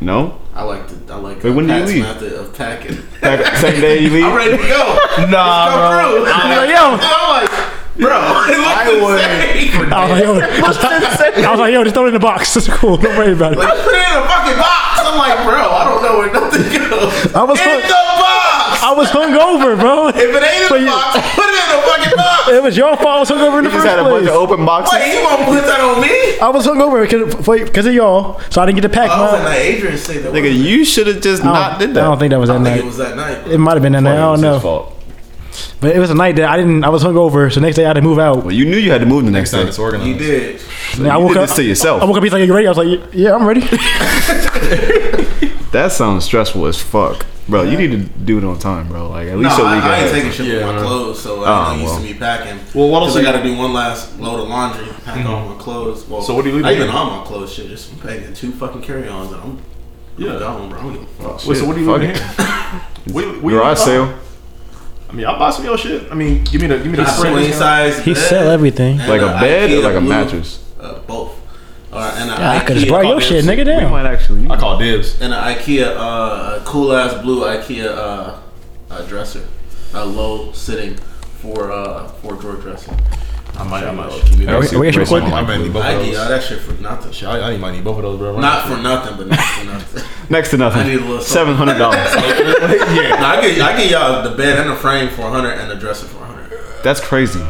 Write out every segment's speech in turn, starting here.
No? I like to. I like. Wait, when do you Pat's leave? Method of packing. Back- Second day you leave? I'm ready to go. Nah, Come bro. through. I'm uh, like, yo. I'm like, bro. It looked I the I was like, same. yo, I was like, yo, just throw it in the box. That's cool. Don't worry about it. Like, put it in a fucking box. I'm like, bro. I don't know where nothing goes. I was in hooked. the box. I was hungover, bro. If it ain't in So the you- box, put it in the fucking box. It was your fault. I was hungover in the You just first had a bunch place. of open boxes. Wait, you won't put that on me? I was hungover because of y'all, so I didn't get to pack. I was mine. like, nah, Adrian said that. Nigga, you should have just I don't- Oh, not did I that. don't think that was that I think it night. was that night. It might have been that night. I It was don't his know. fault. But it was a night that I didn't. I was hungover, so next day I had to move out. Well, you knew you had to move the next, Next time it's day. organized. You did. And I you woke did up this to yourself. I woke up. He's like, "You ready?" I was like, "Yeah, I'm ready." That sounds stressful as fuck. Bro, you need to do it on time, bro. Like at No, least a I, week I ain't ahead. taking shit Yeah, from I my know. clothes, so I'm Oh, not used well. to me packing. Well, what else 'Cause I you- Mm-hmm. got to do one last load of laundry, pack all my clothes. Well, So what are you Not leaving? even all my clothes, shit. Just I'm packing two fucking carry-ons, and I'm, I'm Yeah. gone, bro. I don't give a fuck. Wait, so Shit, what do you fuck leaving it. here? we, we Garage sale. I mean, I'll buy some of your shit. I mean, give me the give me the Got a spring Swing size. He bed sell everything. and Like a bed or IKEA like a blue- mattress? Uh, both. All right, and a I could IKEA have brought your carpet. shit, nigga. Down. actually I call dibs. and an IKEA, uh, cool ass blue IKEA uh, uh, dresser, a low sitting for uh, for drawer dresser. I might, I might. Are we- are we actually recording? I might need both I of get all those. that shit for nothing. Shit, I, I might need both of those, bro. Not for nothing, but not for nothing. Next to I need a nothing. little Seven something. hundred dollars. No, I get I get y'all the bed and the frame for hundred and the dresser for hundred. That's crazy.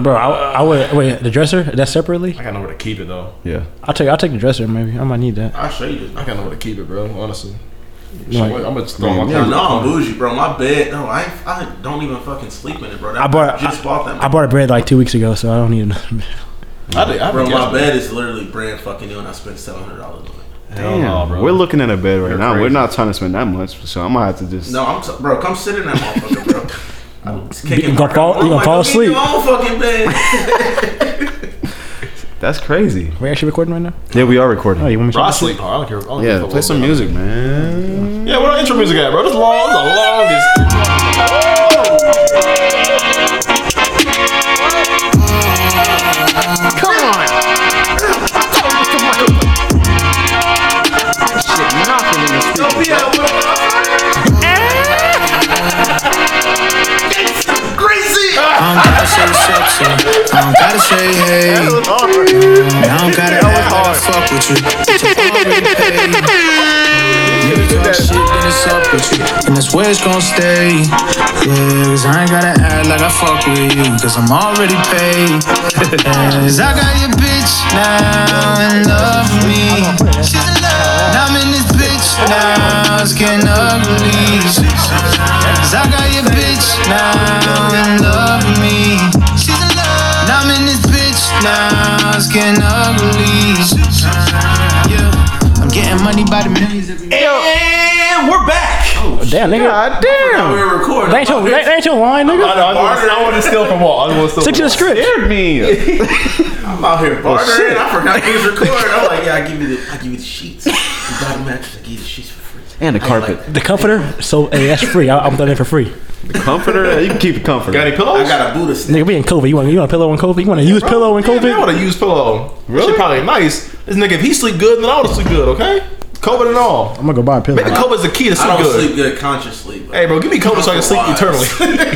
Bro, I, I would wait. The dresser? That's separately? I got nowhere to keep it though. Yeah. I'll take. I'll take the dresser. Maybe I might need that. I'll show you this. I got nowhere to keep it, bro. Honestly, Shit, Like- I'm gonna just throw my Yeah, clothes. No, no, I'm bougie, bro. My bed, no, I ain't- I don't even fucking sleep in it, bro. That, I bought. just I, bought that. I bought a bread like two weeks ago, so I don't need another. Bed. I did. I bro, guess- my bed is literally brand fucking new, and I spent seven hundred dollars on it. Hell Oh, no, bro. We're looking at a bed right You're now. We're crazy. not trying to spend that much, so I'm gonna have to just. No, I'm t- bro. Come sit in that motherfucker, bro. I'm just kicking You gonna my- fall- you I'm gonna like, fall go get asleep. Your own fucking bed. That's crazy. We actually recording right now? Yeah, we are recording. Oh, you want me? Bro, to I sleep hard. I don't care. I don't give a yeah, fuck play what some about music, man. it. Yeah, where the intro music at, bro? This long. This the longest. Come on. Shit, knocking in the Don't be speakers. out with crazy. I don't gotta say sexy. I don't gotta say hey. I don't gotta act like I fuck with you. It's already paid. Nigga talk shit, then it's up with you. And that's where it's gonna stay. Yeah, cause I ain't gotta act like I fuck with you. Cause I'm already paid. Cause I got your bitch now in love with me. She's in love. And I'm in this bitch now. It's getting ugly. Cause I got your bitch now in love with me. She's in love. And I'm in this bitch now. It's getting ugly. Yeah. I'm getting money by the millions every month. And we're back. Oh, Damn, nigga. God damn. we were recording. That ain't your. That ain't your line, I nigga. know. I was gonna- I wanted to steal from all. I was gonna steal. Stick from to the Walt. script. Scared me. I'm out here bartering. I forgot he was recording. I'm like, yeah, I give you the, I give you the sheets. You buy the mattress, I give you the sheets for free. And the I ain't carpet. like that. The comforter. So hey, that's free. I, I'm throwing it for free. comforter. You can keep it comforter. Got any pillows? I got a Buddha stick. Nigga, we in COVID. You want you want a pillow in COVID? You want to use pillow in Yeah, man, I COVID? would have used pillow. Really? Shit probably nice. This nigga, if he sleep good, then I would have sleep good. Okay. COVID and all. I'm gonna go buy a pillow. Maybe COVID's the key to I sleep don't good. sleep good consciously. But Hey, bro, give me COVID so I can sleep Wise. eternally.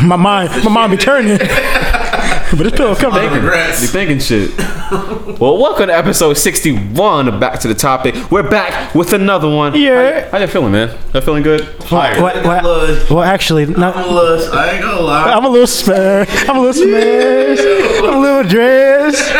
My mind, my mind be turning. but this pillow coming. You Congrats. thinking shit. well, welcome to episode 61 of Back to the Topic. We're back with another one. Yeah. How, how you feeling, man? You feeling good? Fire. What, what, Look. well, actually, I'm not. lost. I ain't gonna lie. I'm a little spare. I'm a little smashed. I'm a little dressed.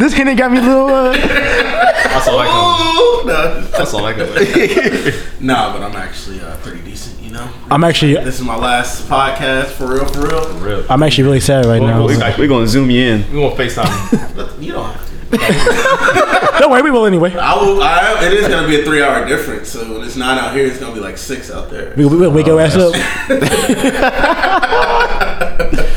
This Henny got me a little. Uh, That's all I can. Ooh, no. That's all I can. Nah, but I'm actually uh, pretty decent, you know. I'm actually, This is my last podcast for real, for real. Real. I'm actually really sad right now. We're We're going to zoom you in. gonna FaceTime. But You don't have to. Don't worry, we will anyway. I will. I, it is gonna be a three-hour difference. So when it's nine out here, it's gonna be like six out there. We, we, we'll wake your ass Oh, up.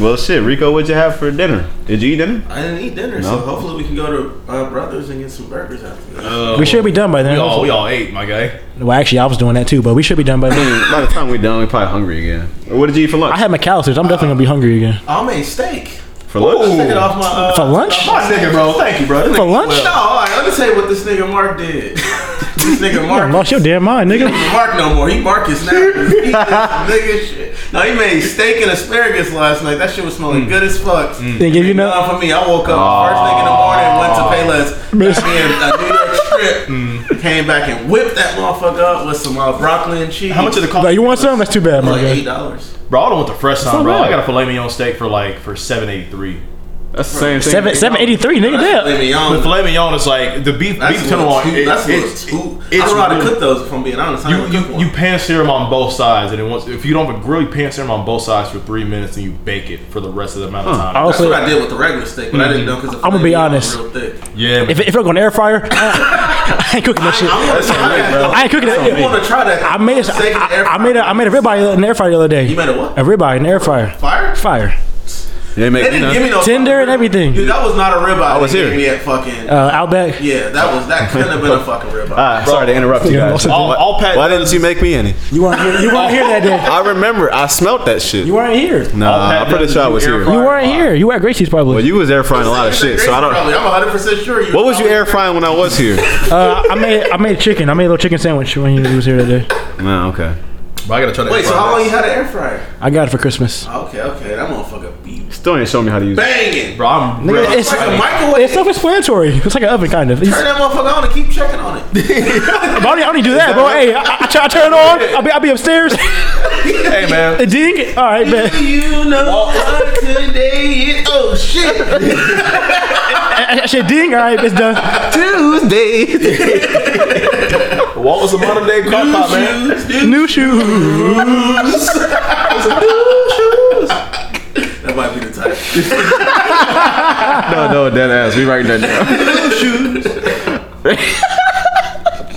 Well, shit, Rico, what'd you have for dinner? Did you eat dinner? I didn't eat dinner, so No. hopefully we can go to uh, Brothers and get some burgers after this. We should be done by then. We all, Oh, we all ate, my guy. Well, actually, I was doing that too, but we should be done by then. By the time we're done, we're probably hungry again. What did you eat for lunch? I had McAllister's. I'm definitely gonna be hungry again. I made steak. for lunch? Took it off my. Uh, For lunch? off my- nigga, bro. Thank you, bro. For lunch? No, all right, let me tell you what this nigga Mark did. This nigga Mark Lost your damn mind, nigga. don't bark no more. He Marcus now. He just nigga shit. No, he made steak and asparagus last night. That shit was Mm. smelling good as fuck. They give you None nothing. for me. I woke up first thing in the morning, went to Payless, got me a, a Mm. New York trip, came back and whipped that motherfucker up with some uh, broccoli and cheese. How much did it cost? Like, you want some? That's too bad, It was my Like eight guy. dollars. Bro, I don't want the fresh time, not bro. I bad. got a filet mignon steak for like for seven eighty three. That's the same thing. Seven seven eighty three, nigga. Damn. The filet mignon is like the beef That's beef a little tenderloin. too, it- that's a little it's- too. I it's don't know how to really- cook those. If I'm being honest, I You don't cook you, one. you pan sear them on both sides, and then once if you don't have a grill, you pan sear them on both sides for three minutes, and you bake it for the rest of the amount of time. I'll- that's what I did with the regular steak, but I didn't know because I'm gonna Mm-hmm. be honest. Real thick. yeah, man. If it, if it go in the air fryer, I, I ain't cooking that shit. That's on me, bro. I ain't cooking that. You want to try that? I made a, Steak and air I, I made a I made a ribeye in the air fryer the other day. You made a what? A ribeye in the air fryer. Fire? Fire. They They make you didn't know. give me no Tender and everything. Dude, that was not a ribeye. I was here. Me that fucking. Uh, Outback. yeah, that was that couldn't have been a fucking ribeye. Ah, sorry to interrupt you Yeah, guys. I'll- Why- I'll pat- Why didn't you make me any? You weren't here. You weren't here that day. I remember. I smelt that shit. You weren't here. You Nah, I'll I'm pat pretty that sure I to was air here. fryer. weren't here. You were at Gracie's probably. Well, you was air frying a lot of shit, so I don't. Probably. I'm 100 percent sure. You What was you air frying when I was here? uh, I made I made chicken. I made a little chicken sandwich when you was here that day. No, okay. Bro, I gotta try that. Wait, so how long you had an air fryer? I got it for Christmas. Okay, okay, that motherfucker be Still ain't showing me how to use it. banging. Bro, I'm Nigga, really- it's, Like a it's microwave. self-explanatory. It's like an oven, kind of. It's- Turn that motherfucker on and keep checking on it. But I only, I only do that, bro. Hey, I, I, I turn- I turn it on. I'll be, I'll be upstairs. hey man, It ding. All right, man. Do you know what today is? Oh shit! I, I said ding. All right, it's done. Tuesday. what was the modern day crock pot, man? New shoes. That might be the title. no, no, dead ass. We writing that down.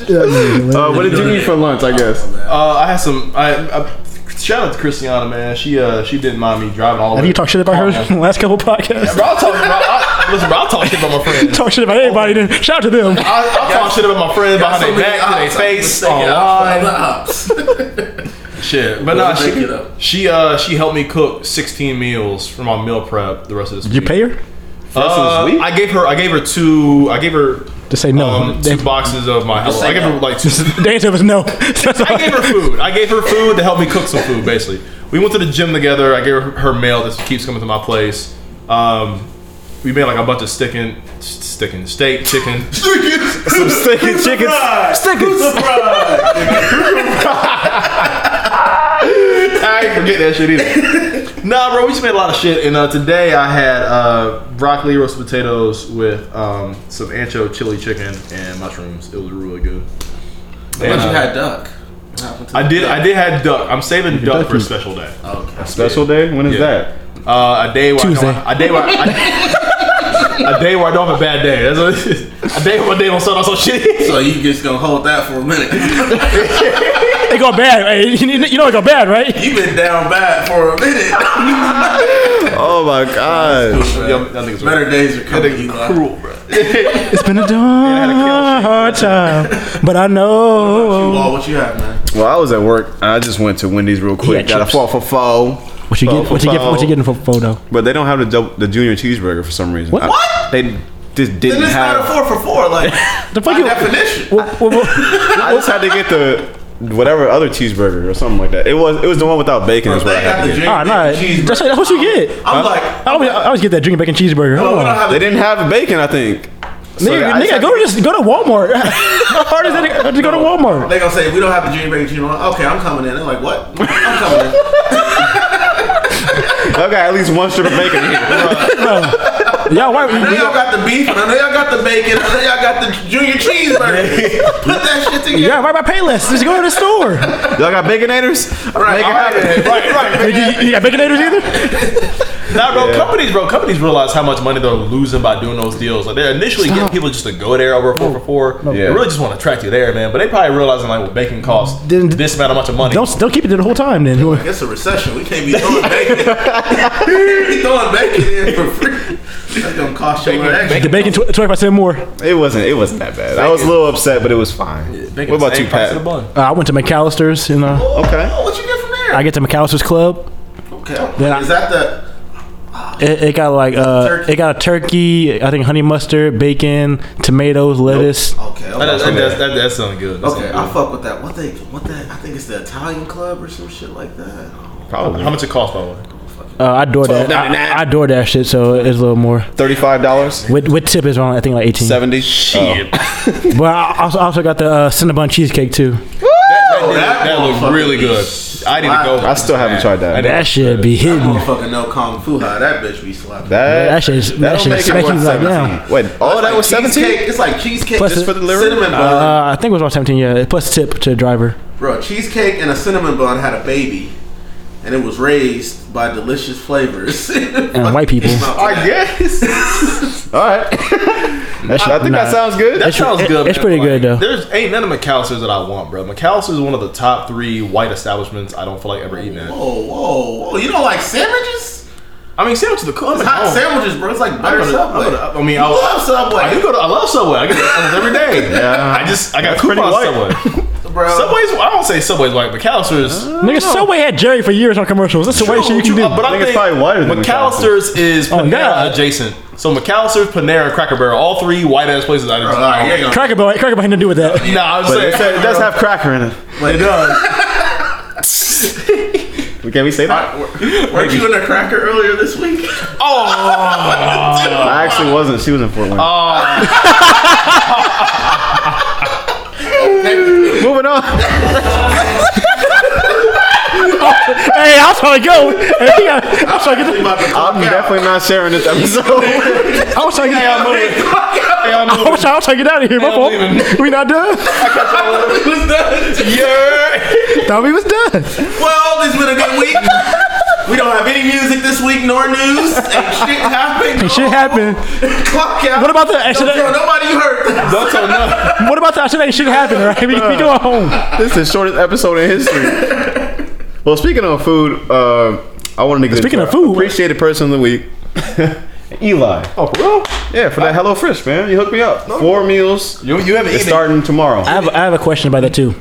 Uh, what did you eat for lunch? I guess. Uh, I had some. I, I shout out to Christiana, man. She uh she didn't mind me driving all the Have way. you talked shit about her Yeah, in the last couple podcasts? Bro, I'll talk. Bro, I, listen, bro, I'll talk shit about my friends. Talk shit about everybody. Then shout out to them. I, I'll talk shit about my friends behind their back, to their face, online. Shit, but nah, Let's make she it up. she uh she helped me cook 16 meals for my meal prep the rest of this. You week. pay her Uh, this week? I gave her I gave her two I gave her to say no. um, they, two boxes of my hello. say I gave her no. like two. the answer was no. That's all. I gave her food. I gave her food to help me cook some food. Basically, we went to the gym together. I gave her her mail that keeps coming to my place. Um, we made like a bunch of sticking, sticking steak, chicken. Some steak and chicken. I ain't forget that shit either. nah, bro, we just made a lot of shit. And uh, today I had uh, broccoli roasted potatoes with um, some ancho chili chicken and mushrooms. It was really good. But And, you uh, had duck. What happened to I the did. I duck? did have duck. I'm saving duck for a duck. special day. Okay. Special day. When is Yeah. that? Uh, a day where Tuesday. I don't, a day where I, a day where I don't have a bad day. That's what it is. a day where my day don't start off so shitty. So you just gonna hold that for a minute? It go bad. Hey, you, you know it go bad, right? you been down bad for a minute. Oh my god. Yeah, I think it's Better days are coming. Eli. cruel, bro. It's been a dark time, but I know Well, what you have, man? Well, I was at work. I just went to Wendy's real quick. Yeah, Got a chips. four for four. what you get. What you get. What you getting for photo? But they don't have the dou- the junior cheeseburger for some reason. What? I- What? They just didn't Then it's not a have. four for four, like The by fuck you? definition. What, what, what, I just had to get the whatever other cheeseburger or something like that. It was it was the one without bacon is what I They had to got the get. drink Ah, nah, cheeseburger. that's, that's what you get. I'm like, I always, I always get that drinking bacon cheeseburger. no, Hold we don't on. have They didn't have bacon. I think. So Nigga, I just nigga had go to- just go to Walmart. How hard is that to- to go to Walmart? They gonna say we don't have the junior bacon cheese. Okay, I'm coming in. They're like, what? I'm coming in. I got at least one strip of bacon here. Y'all white, I know y'all got the beef, and I know y'all got the bacon, and I know y'all got the junior cheeseburger. Put that shit together. y'all right by Payless. Just go to the store. Y'all got baconators? Right, Make it all right, happen. Right, right. Nigga, you, you got baconators either? Nah, bro. Companies, bro. Companies realize how much money they're losing by doing those deals. Like they're initially getting people just to go there over four for four. They Yeah. really just want to attract you there, man. But they probably realizing like, well, bacon costs Then- this amount of much of money. Don't don't keep it there the whole time then. It's a recession. We can't be throwing bacon. we throwing bacon in for free. That's gonna cost you an extra. The bacon twenty percent more. Uh, It wasn't. It wasn't that bad. I was a little upset, but it was fine. Bacon What about same you, price as a Pat? bun. Uh, I went to McAllister's. You know, Okay. Oh, what you get from there? I get to McAllister's Club. okay. Then I- Is that the? lot. It, it got like uh, Turkey. it got a turkey. I think honey mustard, bacon, tomatoes, lettuce. Okay, That, that, okay. that, that, that sounds good. That Okay, sound I good. fuck with that. What they? What that? I think it's the Italian Club or some shit like that. Oh, Probably. How much it cost, by the way? Uh, I door that. I, I door that shit, so it's a little more. Thirty-five dollars, With with tip is around I think like eighteen. seventy. Oh. Shit. But I also, also got the uh, Cinnabon cheesecake too. Oh, That, that, looked really good. I need to go. I still haven't tried that. That shit be Uh, hitting. motherfucker, no kung fu. How that bitch be slapping. That, That shit is- that that'll shit make it smack you worth like now. 17. Wait, all that It's like was cheesecake- seventeen. It's like cheesecake Plus just it- for the liver. Cinnamon bun, Uh, I think it was around seventeen. Yeah, plus tip to the driver. bro. Cheesecake and a cinnamon bun had a baby, and it was raised by delicious flavors and white people. I guess. All right. That shit- I think that Nah. sounds good. That sounds it- good. it's man. pretty good, though. There's ain't none of McAllister's that I want, bro. McAllister's is one of the top three white establishments I don't feel like ever eating at. Whoa, whoa, Oh, whoa! You don't like sandwiches? I mean, sandwiches are cool. I'm It's at hot home. sandwiches, bro. It's like I, butter go to- I, subway. go to- I mean, I I love I do Subway, go to. I love Subway. I get it almost every day. I just I got coupons white. Subway. bro. Subway's. I don't say Subway's white. McAllister's. Nigga, Subway had Jerry for years on commercials. That's the way shit you can do. Uh, but I think think it's probably wider than McAllister's is Oh, Panera God. adjacent. So McAllister's, Panera, and Cracker Barrel, all three white ass places I didn't. All right, here you go. Cracker Barrel, Cracker Barrel had nothing to do with that. Nah, I'm But it, said- saying it does have cracker in it. It does. Can we say that? Uh, Weren't you in a cracker earlier this week? uh, I actually wasn't. She was in Fort Wayne. Moving on. hey, I was trying to go. Hey, I, think I, I was trying to get. I'm definitely not sharing this episode. The, I was trying to get. I I'm was trying, I was trying to get out of here. My I'm fault. leaving. We not done. Thought we was done. Well, this has been a good week. We don't have any music this week, nor news. And shit happened. And shit happened. Clock out. What about the Don't tell accident? nobody you heard. Don't tell nothing. What about the accident? Shit happened, right? We, we go home. this is the shortest episode in history. well, speaking of food, uh, I wanted to get Speaking into of our food, appreciated person of the week, Eli. Oh, for real? Yeah, for that Hello Fresh, man. You hooked me up. Four meals. You, you haven't It's eaten. starting tomorrow. I have, I have a question about that too.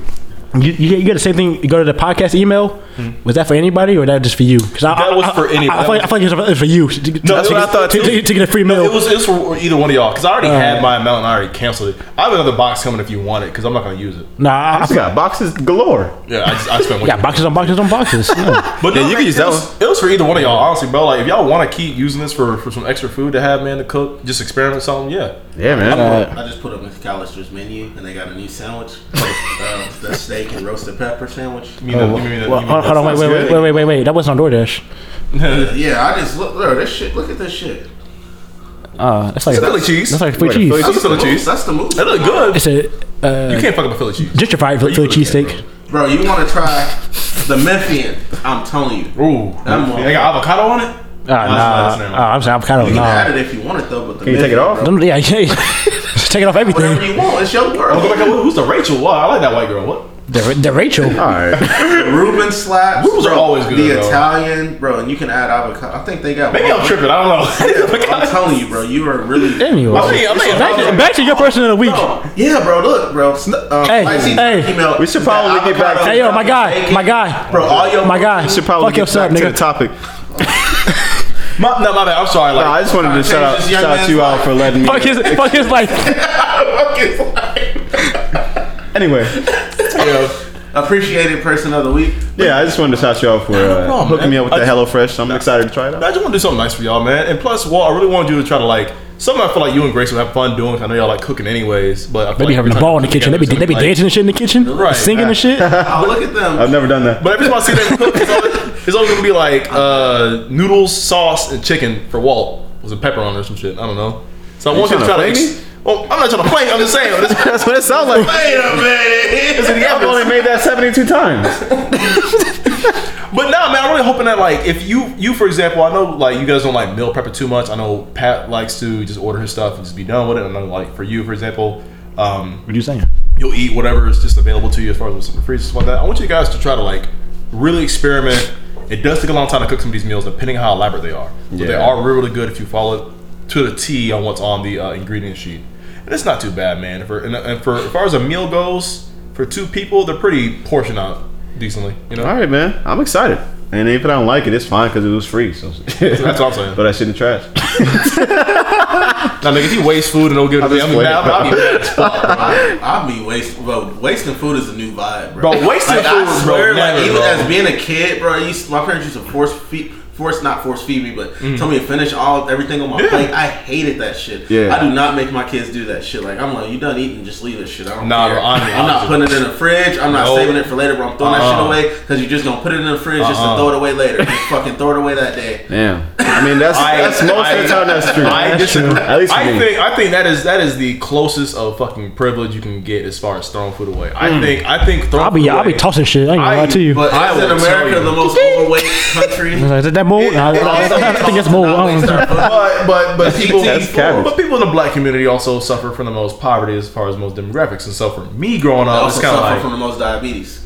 You, you, you got the same thing. You go to the podcast email. Was that for anybody or that just for you? Because Hmm. That was for anybody. I, feel like, I feel like it was for- it was for you. To, to, that's to what get- I thought, to, too. to- to get a free meal. It was, it was for either one of y'all because I already Uh. had my amount and I already canceled it. I have another box coming if you want it because I'm not gonna use it. nah, I, I I got boxes galore. Yeah, I, just, I spent. way got too boxes on boxes on boxes. Yeah. But Yeah, no, you can man, use it that was, It was for either one of y'all, honestly, bro. Like, if y'all want to keep using this for, for some extra food to have, man, to cook, just experiment something, yeah. Yeah, man. I just put up McAllister's menu, and they got a new sandwich: uh, the steak and roasted pepper sandwich. You know, you mean, Oh, Well, hold, you mean, hold on, wait, wait, wait, wait, wait, wait, wait. That wasn't on DoorDash. Uh, Yeah, I just look. Bro, this shit. Look at this shit. Uh, that's like Philly cheese. That's That like free Wait, cheese. Philly- That's That's the Philly move. cheese. That's the move. looked good. It's a You uh, can't fuck up a Philly cheese. gentrified Philly, Philly cheesesteak. Bro, you want to try the Memphian? I'm telling you. Ooh, That they got avocado on it. Uh, nah, that's not- uh, I'm saying avocado. You can add Nah, it if you want it though, but the Oh, Can you take it Memphian, off? bro, Don't- yeah, yeah. Take it off Whatever everything. you want, it's your Oh, go world. back up. Who's the Rachel? Wow, I like that white girl. What? The, the Rachel. All right. Reuben slaps. Rubens are bro, always good, The though. Italian, bro, and you can add avocado. I think they got. Maybe I'm tripping. I don't know. I'm telling you, bro, you are really. Anyway, I mean, I mean, back, to, back to your person of the week. Yeah, bro. Look, bro. sn- Uh, Hey, spicy hey. email. We should probably get back to- Hey yo, my guy, Bacon. my guy, Bro, all your my guy. Should probably Fuck get yourself, back nigga. to the topic. my, no, my bad. I'm sorry. Like, Nah, I just wanted to shout out, This young shout out man's you out for letting me. Fuck his, fuck his life. Anyway, appreciated person of the week. yeah, I just wanted to shout you out for uh, problem, hooking me man. up with I the just- HelloFresh. I'm excited to try it I out. just want to do something nice for y'all, man. And plus, well, I really wanted you to try to like something. I feel like you and Grace would have fun doing. 'cause I know y'all like cooking anyways, but I They feel be like having a every ball in time the kitchen. They y'all be, together, they be something, like- dancing and shit in the kitchen, Right. singing and shit. Oh, look at them. I've never done that. But every time I see them cook, it's always, it's always gonna be like uh, noodles, sauce, and chicken for Walt. Was a pepper on it or some shit. I don't know. So I want you to tryna try play to. me? Ex- well, I'm not trying to play. I'm just saying. This, That's what it sounds like. Wait a minute. this is the I've evidence. only made that 72 times. But nah, man, I'm really hoping that like if you you for example, I know like you guys don't like meal prepping too much. I know Pat likes to just order his stuff and just be done with it. And I know like for you, for example, um, What you saying? you'll eat whatever is just available to you as far as what's in the freezer, stuff like that. I want you guys to try to like really experiment. It does take a long time to cook some of these meals, depending on how elaborate they are. But they Yeah. are really, really good if you follow it to the T on what's on the uh, ingredient sheet. And it's not too bad, man. For and, and for as far as a meal goes, for two people, they're pretty portioned out decently. You know. All right, man. I'm excited. And if I don't like it, it's fine because it was free. So, That's what I'm saying. but I shit in the trash. Now, nigga, if you waste food and don't give it to me, just I'm playing. mad. I'll be mad as fuck. I, I'll be wasting, bro. Wasting food is a new vibe, bro. Bro, wasting like, food, I swear, bro, like never, even bro. as being a kid, bro, I used, my parents used to force feed, force not force feed me, but Mm-hmm. tell me to finish all everything on my plate. I hated that shit. Yeah. I do not make my kids do that shit. Like I'm like, you done eating, just leave this shit. I don't Nah, care. bro, I'm the I'm not opposite. putting it in the fridge. I'm not No. saving it for later, bro. I'm throwing Uh-uh. that shit away because you're just gonna put it in the fridge just to Uh-uh. throw it away later. just fucking throw it away that day. Damn. I mean, that's I- that's most of I- the time that's true. I disagree. At least for I me. think I think that is that is the closest of fucking privilege you can get as far as throwing food away. I think I think Hmm. throwing I'll be food I'll be away- tossing shit. I ain't gonna I- lie to you. But I isn't will tell America you. the most overweight country? It's like, Is that mold? I, I- I- I think it's mold. I don't know. But but but people That's cabbage. but people in the black community also suffer from the most poverty as far as most demographics. And so for me growing I up, it's also kind suffer of like from the most diabetes.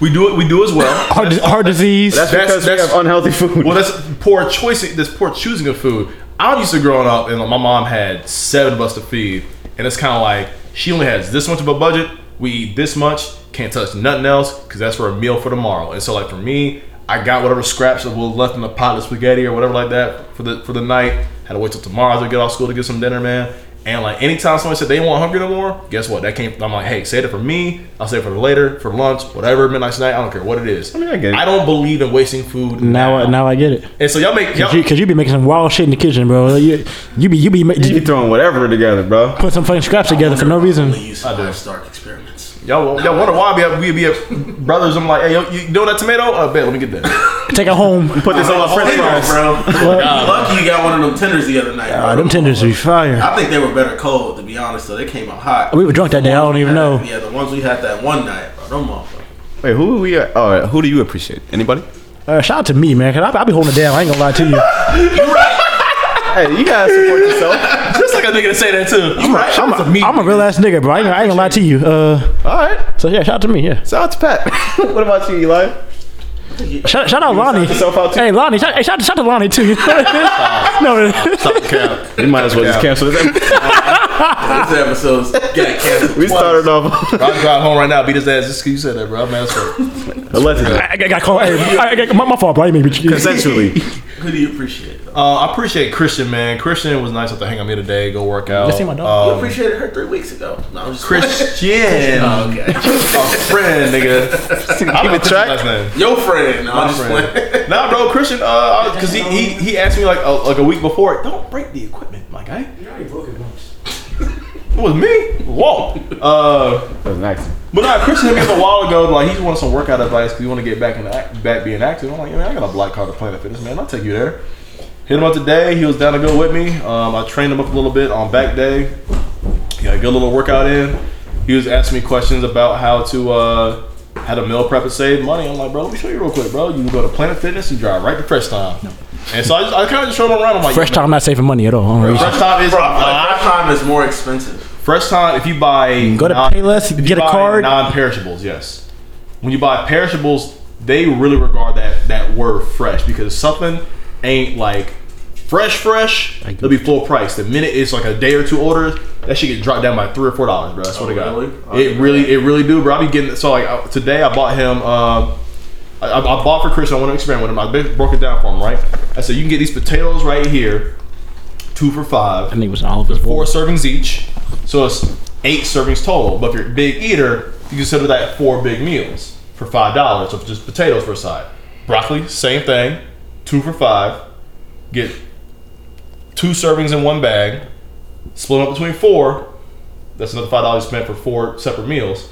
we do it we do as well. Heart, dis- heart disease. that's, that's- because that's- we have unhealthy food. Well, that's poor choice. That's poor choosing of food. I used to growing up, and my mom had seven of us to feed, and it's kind of like she only has this much of a budget. We eat this much. Can't touch nothing else because that's for a meal for tomorrow. And so, like for me, I got whatever scraps that was left in the pot of spaghetti or whatever like that for the for the night. Had to wait till tomorrow to get off school to get some dinner, man. And like anytime somebody said they weren't hungry no more, guess what? That came. I'm like, hey, save it for me. I'll save it for later, for lunch, whatever, midnight snack. I don't care what it is. I mean, I get it. don't believe in wasting food. now, I, now I get it. And so y'all make y'all, Cause you, cause you be making some wild shit in the kitchen, bro. You, you be you be ma- you be throwing whatever together, bro. put some fucking scraps together for no reason. Only use I do. livestock experiments. y'all, y'all wonder why we have, we be at brothers. I'm like, hey, yo, you know that tomato? I bet. Let me get that. Take it home. Put this on my french fries. bro. Lucky you got one of them tenders the other night. Uh, bro. them tenders be fire. I think they were better cold, to be honest. So they came out hot. We were drunk that day. I don't even know. Yeah, the ones we had that one night, bro. Them motherfuckers. Wait, who are we? Oh, who do you appreciate? Anybody? Uh, shout out to me, man. Cause I, I be holding it down. I ain't gonna lie to you. Hey, you gotta support yourself. Just like a nigga to say that too. I'm right. I'm That's a, I'm a real ass nigga, bro. I ain't, I ain't gonna lie to you. Uh, All right. so yeah, shout out to me. Yeah. Shout out to Pat. what about you, Eli? Shout, shout out Lonnie. yourself out too? Hey Lonnie. Shout, hey, shout, shout to Lonnie too. no. We might as well just cancel this. episode. This episode's got canceled. We twice. started off I'll drive home right now, beat his ass. Just 'cause you said that, bro. I'm mad as fuck. allegedly, I, I got called. Hey, I, I got, my, my fault, bro. I didn't mean to be- consensually. Who do you appreciate? Though? Uh, I appreciate Christian, man. Christian was nice enough to hang out with me today, go work out. Just see my you dog. Um, appreciated her three weeks ago. No, I'm just Christian, Oh, okay. a friend, nigga. I Keep don't it know track. Christian's last name. Your friend. No, I'm just friend. playing. Nah, bro, Christian, uh, because he, he he asked me like a, like a week before, don't break the equipment, my guy. You Uh, already broke it once. it was me, Walt. Uh, That was an accident. but nah, Christian hit me up a while ago. Like he wanted some workout advice because he want to get back in the, act- back being active. I'm like, man, I got a black card to Planet Fitness, man. I'll take you there. Hit him up today. He was down to go with me. Um, I trained him up a little bit on back day. He got a good little workout in. He was asking me questions about how to uh, how to meal prep and save money. I'm like, bro, let me show you real quick, bro. You go to Planet Fitness, you drive right to Fresh Time. And so I, just, I kind of just showed him around. I'm like, Fresh yo, man, time, I'm not saving money at all. I don't know. Fresh Time is Bro, like, our time is more expensive. Fresh time, if you buy Go to Payless, if you get a buy card. Non-perishables, yes. When you buy perishables, they really regard that that word fresh because something ain't like fresh, fresh. It'll be full price. The minute it's like a day or two older, that shit get dropped down by three or four dollars, bro. I swear to really? God, it really, it really do, bro. I be getting so like I- today I bought him. um I, I bought for Christian. I want to experiment with him. I ba- broke it down for him, right? I said you can get these potatoes right here, two for five I think it was all of us. four servings each, so it's eight servings total. But if you're a big eater, you consider that four big meals for five dollars of just potatoes per side. Broccoli, same thing, two for five. Get two servings in one bag, split them up between four. That's another five dollars spent for four separate meals.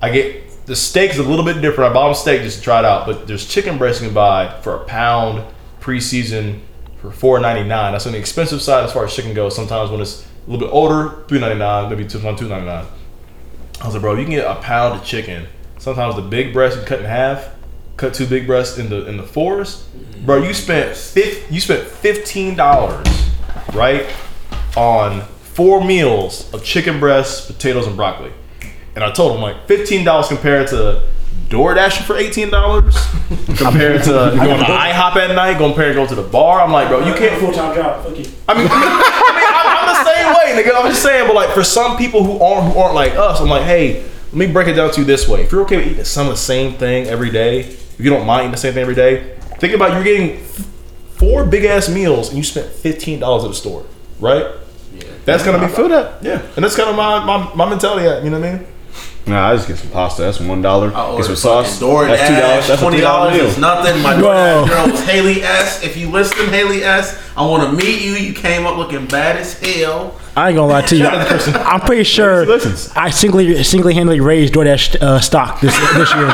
I get the steak is a little bit different. I bought them steak just to try it out, but there's chicken breast you can buy for a pound preseason for four ninety nine. That's on the expensive side as far as chicken goes. Sometimes when it's a little bit older, three ninety nine, maybe two ninety nine. I was like, bro, you can get a pound of chicken. Sometimes the big breast you cut in half, cut two big breasts in the in the fours. Bro, you spent fif- you spent fifteen dollars, right, on four meals of chicken breasts, potatoes, and broccoli. And I told him like fifteen dollars compared to DoorDash for eighteen dollars, compared to going to IHOP at night, compared to go to the bar. I'm like, bro, you can't full time job. Fuck you. I mean, I mean, I'm, I'm the same way, nigga. I'm just saying, but like for some people who aren't who aren't like us, I'm like, hey, let me break it down to you this way. If you're okay with eating some of the same thing every day, if you don't mind eating the same thing every day, Think about you're getting four big ass meals and you spent fifteen dollars at the store, right? Yeah. That's gonna be food up. Yeah. And that's kind of my, my my mentality. You know what I mean? Nah, I just get some pasta. That's one dollar. Get some sauce. that's two dollars. DoorDash, That's a twenty three dollar dollars meal. is nothing. My Bro. DoorDash girl was Haley S. If you listen, Haley S, I want to meet you. You came up looking bad as hell. I ain't gonna lie to you. I'm pretty sure listens. I singly singly handedly raised DoorDash uh, stock this this year.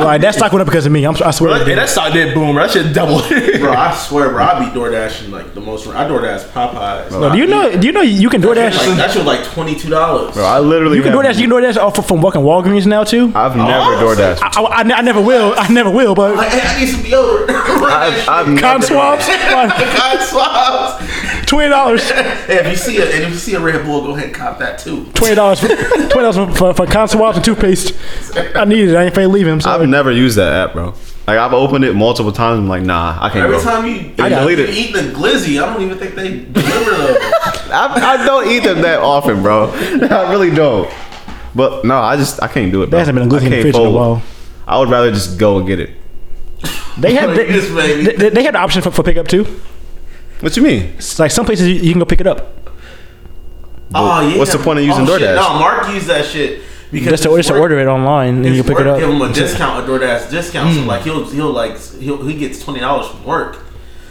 like that stock went up because of me. I'm, I swear. But it hey, did. that stock did boom. That shit doubled. Bro, I swear, bro, I be DoorDashing like the most. I DoorDash Popeyes. Do you know? Do you know you can That shit, like, DoorDash? that shit was like twenty two dollars. Bro, I literally You can have- DoorDash. You can DoorDash off of- from walking Walgreens now too. I, I've never Oh. door dashed. I, I ne- I never will. I never will. But Like, hey, I need some deodorant. I've, I've con never- swaps, like, God swabs. twenty dollars, Hey, if you see a and if you see a Red Bull, go ahead and cop that too. twenty dollars, twenty dollars for, for, for con swaps and toothpaste. I need it. I ain't afraid to leave him. I've So never used that app, bro. Like I've opened it multiple times. I'm like, nah, I can't. Every go. time you, I you got deleted. eat the glizzy, I don't even think they deliver them. I, I don't eat them that often, bro. I really don't. But no, I just I can't do it. Bro. There hasn't been a gluten in I the fridge can't in a fold. while. I would rather just go and get it. they have they, This baby. they, they have the option for, for pickup too. What you mean? It's like some places you, you can go pick it up. Oh yeah. What's the point of using shit. DoorDash? No, Mark used that shit because Just to, just to order it online and you can pick it up. Hmm. Give him a discount, a DoorDash discount. So like he'll he'll like he'll he gets twenty dollars from work,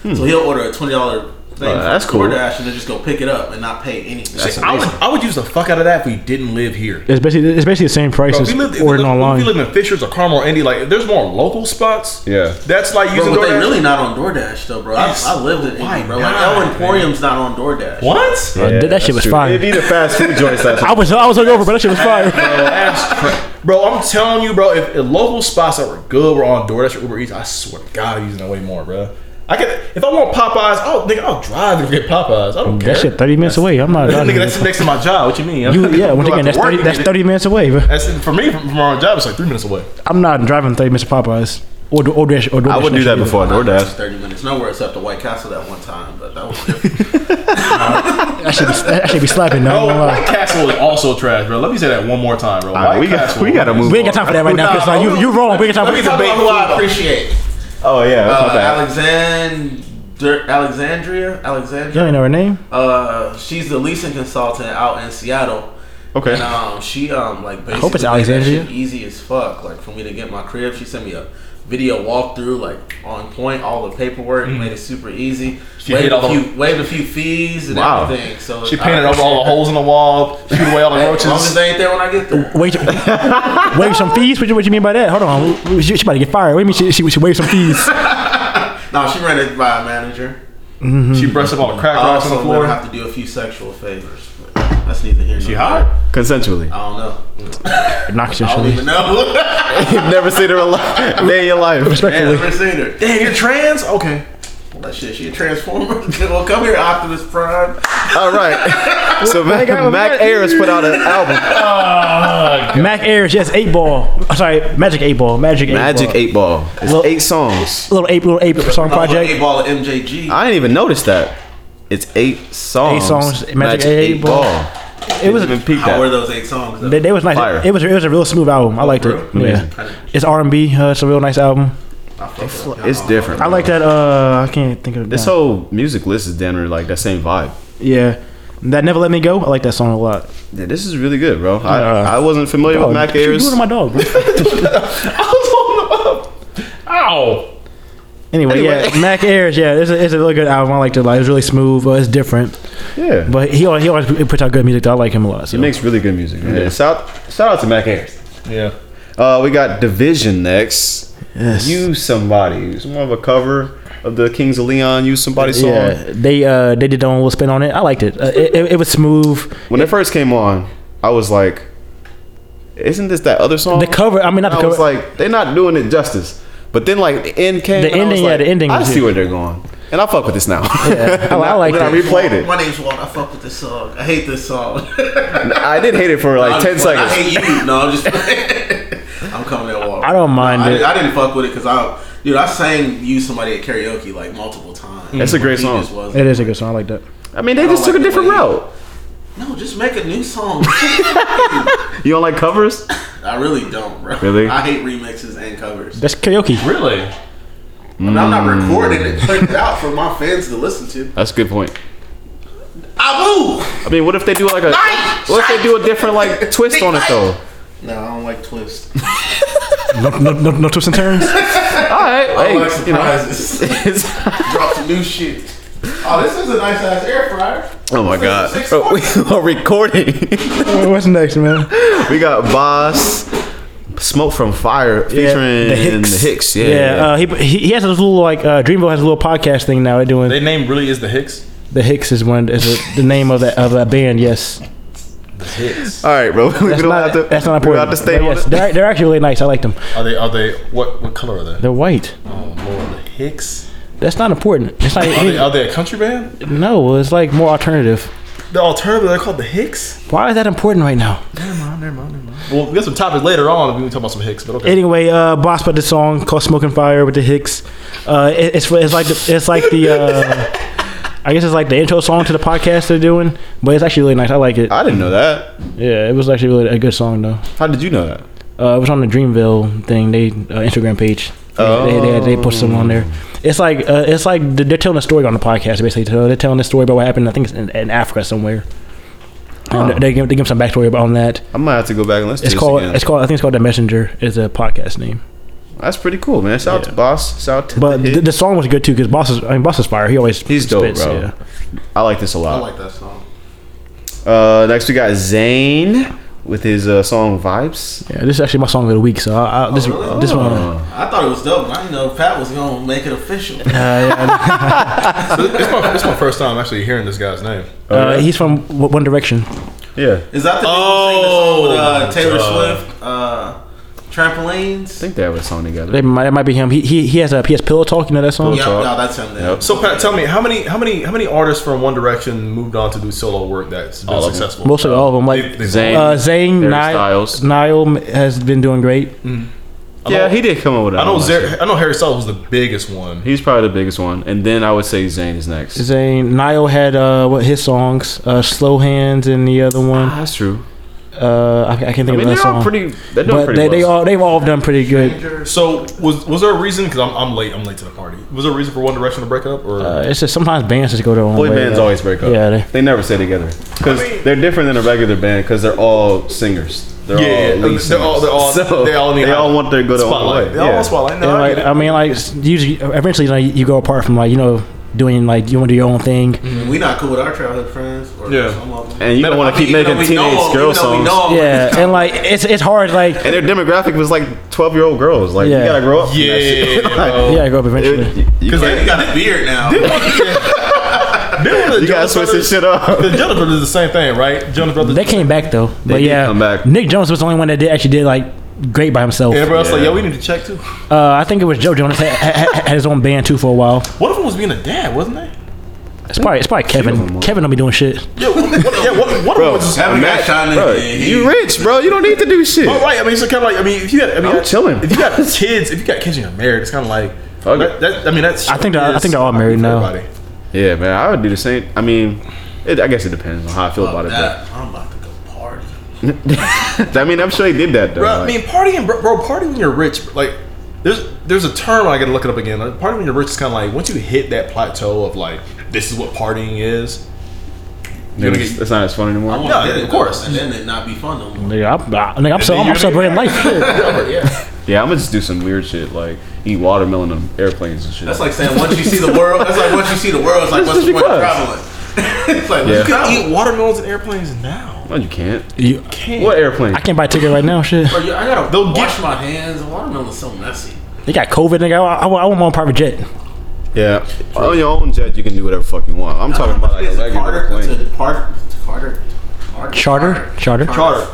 so he'll order a twenty dollar thing. Hmm. Oh, from that's cool. DoorDash and then just go pick it up and not pay anything. I would I would use the fuck out of that if we didn't live here. It's basically it's basically the same price Bro, if as we lived, ordering if we lived- online. If we lived in Fishers or Carmel or Indy, like if there's more local spots. Yeah. That's like Bro, using but they DoorDash. really not on DoorDash though, bro. I, Yes. I lived in Why Indy, bro. Like not, El Emporium's not on DoorDash. What? Uh, that- that shit was fire. It'd be the fast food joints. That's I was I was hungover, but that shit was fire. Bro, that's cra- bro, I'm telling you, bro. If, if local spots that were good were on DoorDash or Uber Eats, I swear to God, I'm using that way more, bro. I could if I want Popeyes, I'll nigga, I'll drive and get Popeyes. I don't care. That shit thirty minutes away. I'm not. Nigga, done with that's that. next to my job. What you mean? You, yeah, once Go out again, that's to work 30, and that's get it. 30 minutes away. But That's for me from, from our job. It's like three minutes away. I'm not driving 30 minutes to Popeyes. Or, do- or, DoorDash- or DoorDash I would do next that year. before That's DoorDash. thirty minutes. Nowhere except the White Castle that one time, but that was That should be, that should be slapping, though. I'm Oh, not gonna lie. White Castle is also trash, bro. Let me say that one more time, bro. Alright, White we got Castle- we got to move. We ain't got on. time for that right now. Cause like, you, you wrong. We ain't got time We for talk that. about who I appreciate. Oh yeah, that's Uh, not bad. Alexander, Alexandria, You Alexandria. ain't know her name? Uh, she's the leasing consultant out in Seattle. Okay. And um, she um like basically hope it's made that Alexandria. shit easy as fuck. Like for me to get my crib, she sent me a video walkthrough, like on point, all the paperwork, made it super easy. Mm-hmm. She waived hit a all few, the- waived a few fees and Wow. everything. So She painted over all the holes in the wall, shoot away all the As long as roaches. they ain't there when I get there. Wait, waive some fees? What you, what you mean by that? Hold on. She, she about to get fired. What do you mean she, she, she waived some fees? No, she ran it by a manager. Hmm. She brushed up all the crack I rocks on also the gonna floor. have to do a few sexual favors. But that's neither here nor She there. hot? Consensually. I don't know. Knock I don't your even know. You've never seen her alive day in your life. I've Respectfully. never seen her. Damn, you're trans? Okay. That shit, she a transformer. well, come here, Optimus Prime. All right. So Mac, got- Mac Ayers put out an album, Mac Ayers, yes, eight ball. I'm sorry, Magic Eight Ball. Magic Eight Magic Ball. Eight Ball. It's Look. eight songs. Little ape, little ape song project. Eight ball of MJG. I didn't even notice that. It's eight songs. Eight songs, Magic Eight Ball. It was even peep How were that. those eight songs? Though? They, they was nice. Fire. It was it was a real smooth album. I liked it. Amazing. Yeah, it's R and B. Uh, it's a real nice album. I fuck with them. It's different. I like that. Uh, I can't think of This whole music list is damn near like that same vibe. Yeah, that never let me go. I like that song a lot. Yeah, this is really good, bro. I, Yeah. I wasn't familiar Oh, with Mac what you Ayers. doing to my dog. bro? Ow. anyway, yeah, Mac Ayers. Yeah, it's a, it's a really good album. I liked it a lot. It's really smooth. Uh, it's different, yeah, but but he always, he always puts out good music. Though. I like him a lot. So. he makes really good music. man. Yeah. Shout shout out to Mac Ayers. Yeah. Uh, we got Division next. Yes. Use somebody. It's more of a cover of the Kings of Leon. Use somebody song. yeah, they uh they did their own little spin on it. I liked it. Uh, it, it. it was smooth. When it first came on, I was like, "Isn't this that other song?" The cover. I mean, not And the I was cover. like, "They're not doing it justice." But then like the end came. The and I was ending, yeah, like, the ending I was see it. where they're going, and I fuck with this now. I, I liked then I it. replayed it. My name's Walt. I fuck with this song. I hate this song. I did hate it for like I'm ten just playing. I seconds. hate you. No, I'm just. I'm coming at Walt. I don't mind I, it. I didn't fuck with it because I, dude, I sang "You Somebody" at karaoke like multiple times. That's a great He song. just wasn't. It is a good song. I like that. I mean, they don't just took like a the different way- route. No, just make a new song. You don't like covers? I really don't, bro. Really? I hate remixes and covers. That's karaoke. Really? But I'm not Mm. recording it, putting it out for my fans to listen to. That's a good point. I move. I mean, what if they do like a what if they do a different like twist on it though? No, I don't like twists. No, no, no, no twists and turns. All right, I hey, like you know. surprises. It's- Drop some new shit. Oh, this is a nice ass air fryer. oh my god, Bro, we are recording. What's next, man? we got Boss Smoke from Fire Yeah, featuring the Hicks. Yeah, yeah. Uh, he, he he has this little like uh, Dreamville has a little podcast thing now. They're doing Their name really is the Hicks. the Hicks is one is a, the name of that of that band. Yes, Hicks. All right, bro. we that's don't not have to. that's not we don't important. have to stay But on yes, it. they're, they're actually really nice. I like them. Are they? Are they? What? What color are they? They're white. Oh Lord, the Hicks. That's not important. It's like Are they, are they a country band? no. It's like more alternative. The alternative. They're called the Hicks. Why is that important right now? Well, we got some topics later on. We can talk about some Hicks, but okay. Anyway, uh, Boss put this song called "Smoking Fire" with the Hicks. Uh, it, it's it's like the, it's like the uh, I guess it's like the intro song to the podcast they're doing, but it's actually really nice. I like it. I didn't know that. Yeah, it was actually really a good song though. How did you know that? Uh, it was on the Dreamville thing. They uh, Instagram page. They, they, they, they put some on there. It's like uh, it's like th- they're telling a story on the podcast basically. So they're telling a story about what happened. I think it's in, in Africa somewhere. And they, give, they give some backstory about on that. I might have to go back and listen It's to this called again. it's called I think it's called the Messenger. Is a podcast name. That's pretty cool, man. Shout out to Boss. Shout out to But the the, Hicks. the song was good too because Boss is I mean Boss is fire. He always He's dope, bro. I like this a I lot. like that song. uh, next we got Zayn with his uh, song Vibes. Yeah, this is actually my song of the week. So I, I, this Oh, really? this one. Uh, I thought it was dope. I didn't know Pat was gonna make it official. yeah, It's my, it's my first time actually hearing this guy's name. uh, he's from W- One Direction. Yeah, I Is that the Oh, oh, song with uh, Taylor God. Swift? Uh, trampolines. think they have a song together. That might, that might be him. He, he he has a PS Pillow Talk. You know that song? Yeah, Talk. no, that's him. Then. Yep. So Pat, tell me how many how many how many artists from One Direction moved on to do solo work that's been All of them. successful? Mostly all of them. Like They- they- Zayn. uh, Zayn, Harry Niall, Styles. Niall has been doing great. I know- yeah, he did come up with that. I know one last Zer- year. I know Harry Styles was the biggest one. He's probably the biggest one, and then I would say Zayn is next. Zayn, Niall had uh, what his songs? Uh, Slow Hands and the other Ah, one. that's true. Uh, I, I can't think I of mean, that they're all song. pretty. They're doing but pretty they, they well. all they've all done pretty good. So was was there a reason? Because I'm, I'm late. I'm late to the party. Was there a reason for One Direction to break up? Or Uh, it's just sometimes bands just go their own Boy way. bands though. always break up. Yeah, they- never stay together because they're different than a regular band because they're all singers. They're Yeah, all lead they're all- they're all- singers. they all need they help. all want their good own spotlight. way. They all yeah. want spotlight. No, And I like get it. I mean, like usually eventually like you go apart from like you know doing like you want to do your own thing. Mm-hmm. We not cool with our childhood friends. Or Yeah. Some of them. And you don't want to keep Even though making we teenage know girl 'em, even though we songs. know 'em, Yeah, and like it's it's hard like And their demographic was like twelve year old girls. Like Yeah. you gotta grow up. from that Yeah, shit. bro. yeah, I go up eventually. You- you, Because can't- Yeah, you got a beard now. Then one of the you gotta Jonas switch this Brothers- shit up. The Jonas Brothers is the same thing, right? Jonas Brothers. They came back though, but did yeah, come back. Nick Jones was the only one that did actually did like great by himself. Everybody else like, Yeah. yo, we need to check too. Uh, I think it was Joe Jonas had, had, had his own band too for a while. What if it was being a dad, wasn't they? It's probably it's probably Kevin. Kevin don't be doing shit. Yo, what, what, yeah, what, what if it Bro, was just Having Matt- that shine in bro, your head. you rich, bro. You don't need to do shit. But Oh, right, I mean, so kind of like, I mean, if you got, I mean, I'm chilling. If you got kids, if you got kids and you're married, it's kind of like, Fuck it. that, that- I mean, that's. I think they're- I think they're all married now. Everybody. Yeah, man. I would do the same. I mean, it, I guess it depends on how I feel about it. But That, I'm about to go party. I mean, I'm sure he did that though. Bro, I like- mean, partying, bro, bro, party when you're rich, like. There's, there's a term I gotta look it up again. Like, party when you're rich is kind of like once you hit that plateau of like this is what partying is. Dude, gonna it's, get- it's not as fun anymore. I want Yeah, to of get it, course. though, and then it not be fun no more. Nigga, I'm, I, nigga, I'm, so, I'm you're- celebrating life. Shit. Yeah, I'm gonna just do some weird shit like eat watermelon on airplanes and shit. That's like saying once you see the world. That's like once you see the world. It's like That's what's the just point of traveling? because. it's like Yeah. let's You travel. can eat watermelons in airplanes now. no, you can't. You- Can't. What airplane? I can't buy a ticket right now. Shit, Bro, you- I gotta They'll wash get- my hands. Watermelon's so messy. they got COVID. Nigga, I, I, I want my own private jet. Yeah, on your own jet, you can do whatever fuck you want. I'm talking about like a Is it regular Carter plane. to Carter to Carter. Carter- Charter? Charter? Carter, car?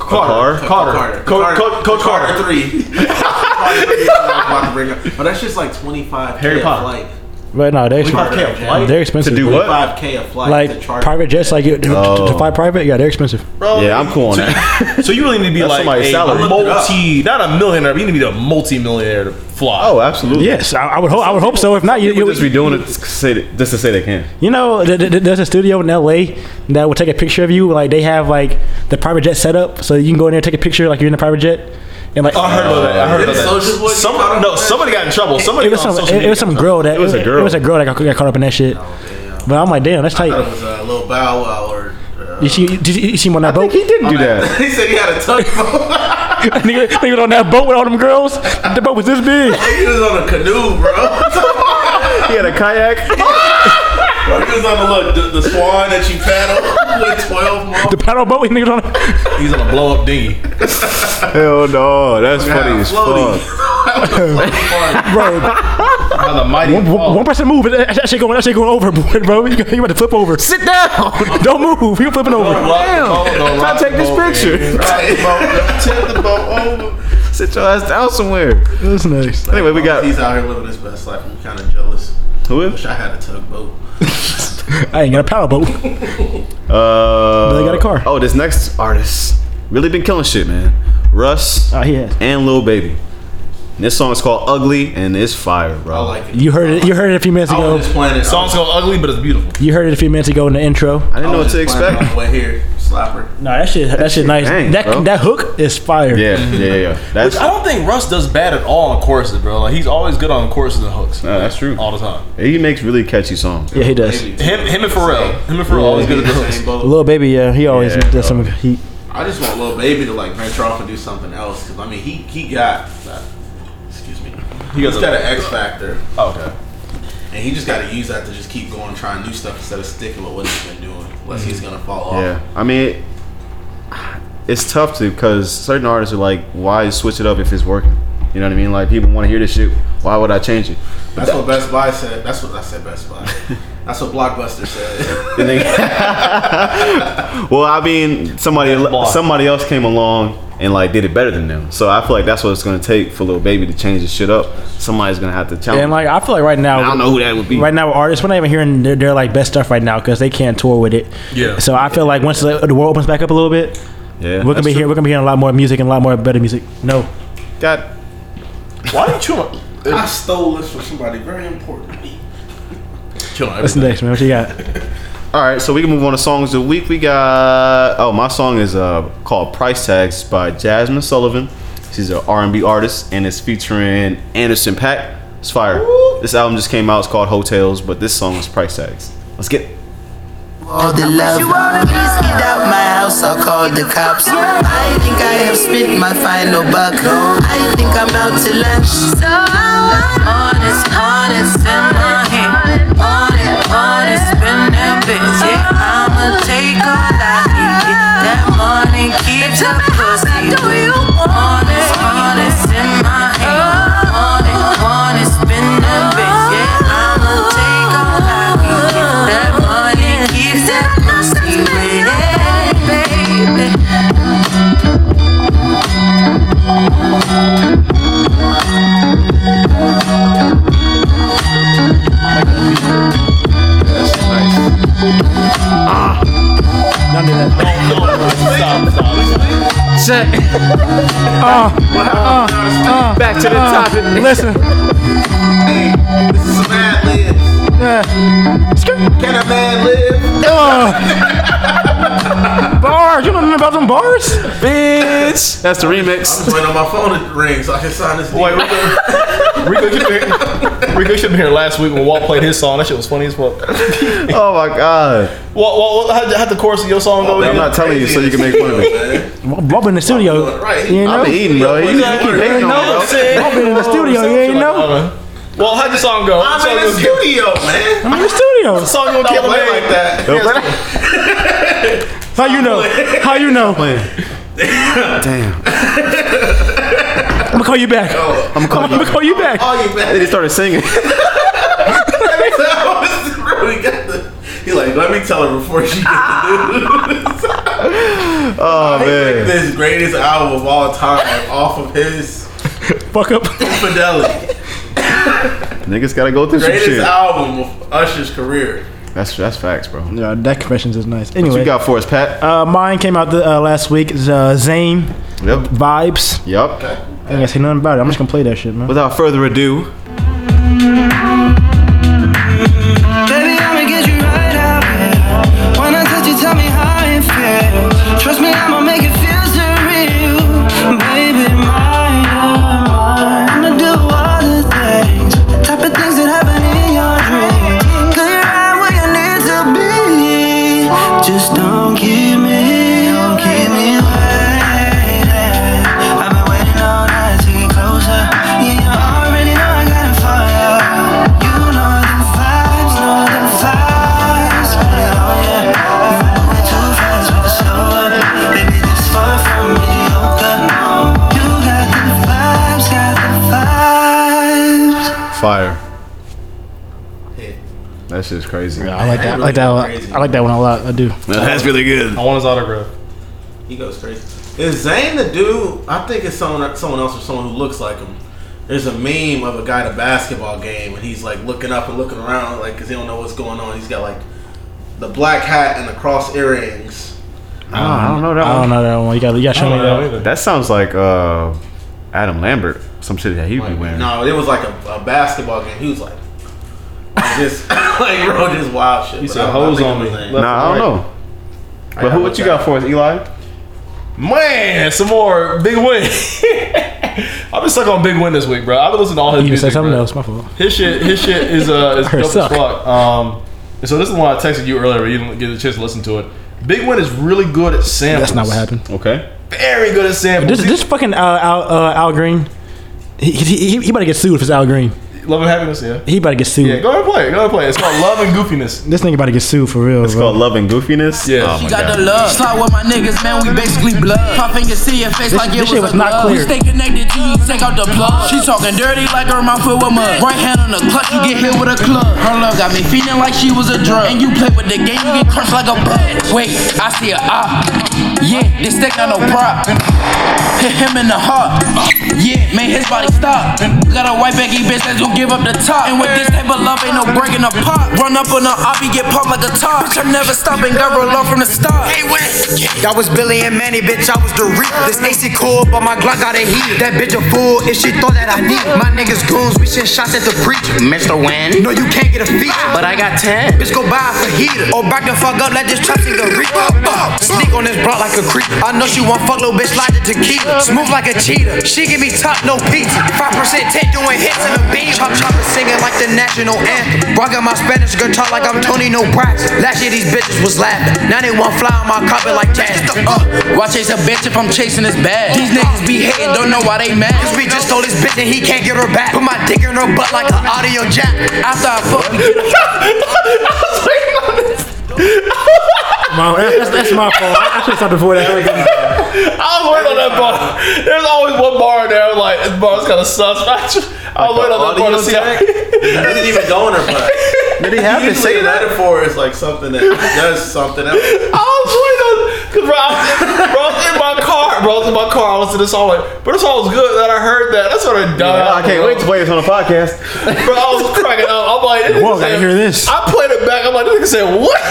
Carter, Carter, Carter, Carter, Coach Carter, Carter three. Carter three is what I was about to bring up. But that's just like twenty five Harry k a Potter. flight. But no, they're expensive. Carter. Carter. They're expensive. To do what? Five k a flight. to Like charter. private jets, like you, to, to, to Oh. fly private. Yeah, they're expensive. Oh, Bro, Yeah, I'm cool on that. So you really need to be That's like somebody's a salary. I looked it multi, not a millionaire. But you need to be a multi-millionaire to fly. oh, absolutely. Yes, I, I would hope. I would hope so. If not, you People you, just be doing it to say that- just to say they can. you know, th- th- th- there's a studio in L.A. that will take a picture of you. Like they have like the private jet set up, so you can go in there and take a picture like you're in a private jet. And like, Oh, I heard about that. I heard about that. Didn't Soulja Boy get caught Some, up no, in that? somebody got in trouble. Somebody it was got on some, social it, it was media. some girl that it was a girl. It was a girl that got, got caught up in that shit. But I'm like, damn, that's tight. It was a little bow wow or. Uh, You see, did you you see him on that boat? He didn't do that. he said he had a tugboat. nigga, nigga was on that boat with all them girls. The boat was this big. he was on a canoe, bro. He had a kayak. Bro, he was on the look, the, the swan that you paddle with 12 The months. paddle boat, nigga was on. He's on a blow up dinghy. Hell no, that's funny as floaty. fuck. Bro, How the mighty one, fall. Oh. one person move, that, that shit going, that shit going overboard, bro. You, you about to flip over? Sit down. Don't move. You flipping over. Rock the boat, don't rock Try to the take this boat, man. picture. Right. Tip the boat over. Sit your ass down somewhere. That's nice. Anyway, we got He's out here living his best life. I'm kind of jealous. who is? Wish I had a tugboat. I ain't got a paddle boat. Uh, But they got a car. Oh, this next artist really been killing shit, man. Russ Oh, he has. and Lil Baby. And this song is called "Ugly" and it's fire, bro. I like it. You heard it. You heard it a few minutes I ago. Oh. was just playing it. Song's so ugly, but it's beautiful. You heard it a few minutes ago in the intro. I didn't know what to expect. On the way here, slapper. No, that shit. That, shit, shit nice. bang, that bro. that hook is fire. Yeah, yeah, yeah, yeah. That's I don't think Russ does bad at all on choruses, bro. Like he's always good on choruses and hooks. No, that's true. All the time. he makes really catchy songs. Yeah, he does. Him, him and Pharrell. Him and Pharrell always good at the hooks. Little baby, yeah, he always Yeah, bro. does some heat. I just want little baby to like venture off and do something else. Cause I mean, he he got that. Excuse me. He He's got got an a, X factor, oh, okay. and he just got to use that to just keep going, trying new stuff instead of sticking with what he's been doing. Unless he's gonna fall off. Yeah, I mean, it, it's tough to because certain artists are like, why switch it up if it's working? You know what I mean? Like people want to hear this shit. Why would I change it? That's what Best Buy said. That's what I said. Best Buy. That's what Blockbuster said. And they- well, I mean, somebody boss. somebody else came along and like did it better than them. So I feel like that's what it's gonna take for little baby to change this shit up. Somebody's gonna have to challenge. And like, I feel like right now, I don't know who that would be. Right now, artists, we're not even hearing their, their like best stuff right now because they can't tour with it. Yeah. So I feel like once the, the world opens back up a little bit, we're yeah, gonna that's be here. We're gonna be hearing a lot more music and a lot more better music. No, true. God, Why did you? I stole this from somebody very important to me. Chill on what's the everything. next man? What you got? All right, so we can move on to songs of the week. We got oh, my song is uh, called "Price Tags" by Jasmine Sullivan. She's an R&B artist, and it's featuring Anderson Paak. It's fire. This album just came out. It's called "Hotels," but this song is "Price Tags." Let's get. It. all the love. Please get out my house, I'll call the cops. I think I have spent my final buck. I think I'm out to lunch. So honest, honest, and money. Honest, honest, spend that bitch. Yeah, I'ma take all I can get. That money keeps the pussy. Honest, honest, in my hand. Honest, honest, spend that bitch. Yeah, I'ma take all I can get. That money keeps the pussy with it, baby. None of that. Stop, stop. Back to the topic. Listen, This is some ad libs. Can a man live? bars. You don't know about them bars? bitch. That's the remix. I'm waiting on my phone to ring so I can sign this. Wait, deal. Rico, Rico should be here. Rico should be here last week when Walt played his song. That shit was funny as fuck. Oh my god. Walt, Walt, how how the chorus of your song go? I'm again? not telling you so you can make fun of it. Man. Bob in the studio. Right. You I've been know, eating, bro. You keep hating on me, No, bro. I'm saying- Bob in the studio. You ain't know. Well, how'd the song go? What I'm in the studio, man. I'm in the studio. song you Don't don't play like that. How you know? How you know? Damn. I'm gonna call you back. I'm I'm calling you. gonna call you back. Oh, you Then bad. he started singing. really got the. He like, let me tell her before she gets to do this. Oh Pick man. this greatest album of all time off of his Fuck up. fidelity. Niggas gotta go through some Greatest shit. album of Usher's career. That's that's facts, bro. What Yeah, that confessions is nice. Anyway, you got for us, Pat? Uh, mine came out the, uh, last week. It's, Uh, Zane Yep. vibes. Yep. I ain't gonna say nothing about it. I'm just gonna play that shit, man. Without further ado, Baby, I'ma get you right out here. When I touch you, tell me how it feels. Trust me, I'ma make it feel so real. Baby, my Oh, fire. Hit. That shit's crazy. Yeah, I like that. I like that. A lot. I like that one a lot. I do. That's really good. I want his autograph. He goes crazy. Is Zayn the dude? I think it's someone, someone else or someone who looks like him. There's a meme of a guy at a basketball game and he's like looking up and looking around, like because he don't know what's going on. He's got like the black hat and the cross earrings. I don't know that I one. don't know that one. You got. You got to show me that. That sounds like uh, Adam Lambert. Some shit that he'd be wearing. No, it was like a, a basketball game. He was like, like just like bro, just wild shit. He but said, I don't- I "Hoes think on it was me." Zayn. Left Nah, I and don't know. But who? What you got for us, Eli? Man, some more Big Win. I've been stuck on Big Win this week, bro. I've been listening to all his You can music. say something bro. else. My fault. His shit, his shit is uh is Her dope as suck. fuck. Um, and so this is the one I texted you earlier, but you didn't get a chance to listen to it. Big Win is really good at samples. That's not what happened. Okay. Very good at samples. This this fucking uh, Al uh, Al Green. He, he, he, he better get sued if it's Al Green. Love and Happiness, yeah. He better get sued. Yeah, go ahead and play it. Go ahead and play it. It's called Love and Goofiness. This nigga about to get sued for real, It's bro. called Love and Goofiness. Yeah. Oh my got God. the love. Slide with my niggas, man, we basically blood. Puffing your see your face like this it shit was, was a not glove. clear. We stay connected till you take out the plug. She talking dirty like her mouth filled with mud. Right hand on the clutch, you get hit with a club. Her love got me feeling like she was a drug. And you play with the game, you get crushed like a bug. Wait, I see a op. Yeah, this stick not no prop. Hit him in the heart. Yeah, made his body stop. Got a white baggy bitch that don't give up the top. And with this type of love, ain't no breaking apart. Run up on the obby, get popped like a top. Bitch, I'm never stopping, got real love from the start. That was Billy and Manny, bitch. I was the reap. This AC cool, but my Glock got a heat. That bitch a fool if she thought that I need. My niggas goons, we send shots at the preacher. Mr. Wynn. No, you can't get a feature. But I got 10. Bitch, go buy a fajita. Or back the fuck up, let this trap nigga reap. Fuck. Sneak on this block like a creep. I know she want fuck, little bitch, like the tequila. Smooth like a cheetah. She give me top, no pizza. 5% take doing hits in a beam. Chop chopper singing like the national anthem. Rockin' my Spanish guitar like I'm Tony No Braxton. Last year these bitches was laughing. Now they want fly on my carpet like Jasmine. Uh, Why chase a bitch if I'm chasing his bag? These niggas be hating, don't know why they mad. Cause we just told this bitch that he can't get her back. Put my dick in her butt like an audio jack. After I fuck, we get My- that's, that's- that's my fault. I, I should have stopped before that. I was waiting on that bar. There's always one bar in there. I'm like, this bar's kind of sus. I, just, I was waiting on that bar to see how. It didn't even go in her butt. Did he have to Usually say a that? metaphor is like something that does something else. I was waiting on. Cause bro, I was, in, bro, I was in my car. Bro, I was in my car. I was in this song. Like, but this song was good. That I heard that. That's what I died. I can't bro. wait to play this on the podcast. Bro, I was cracking up. I'm like, this Whoa, nigga gotta said- hear this. I played it back. I'm like, this nigga said what?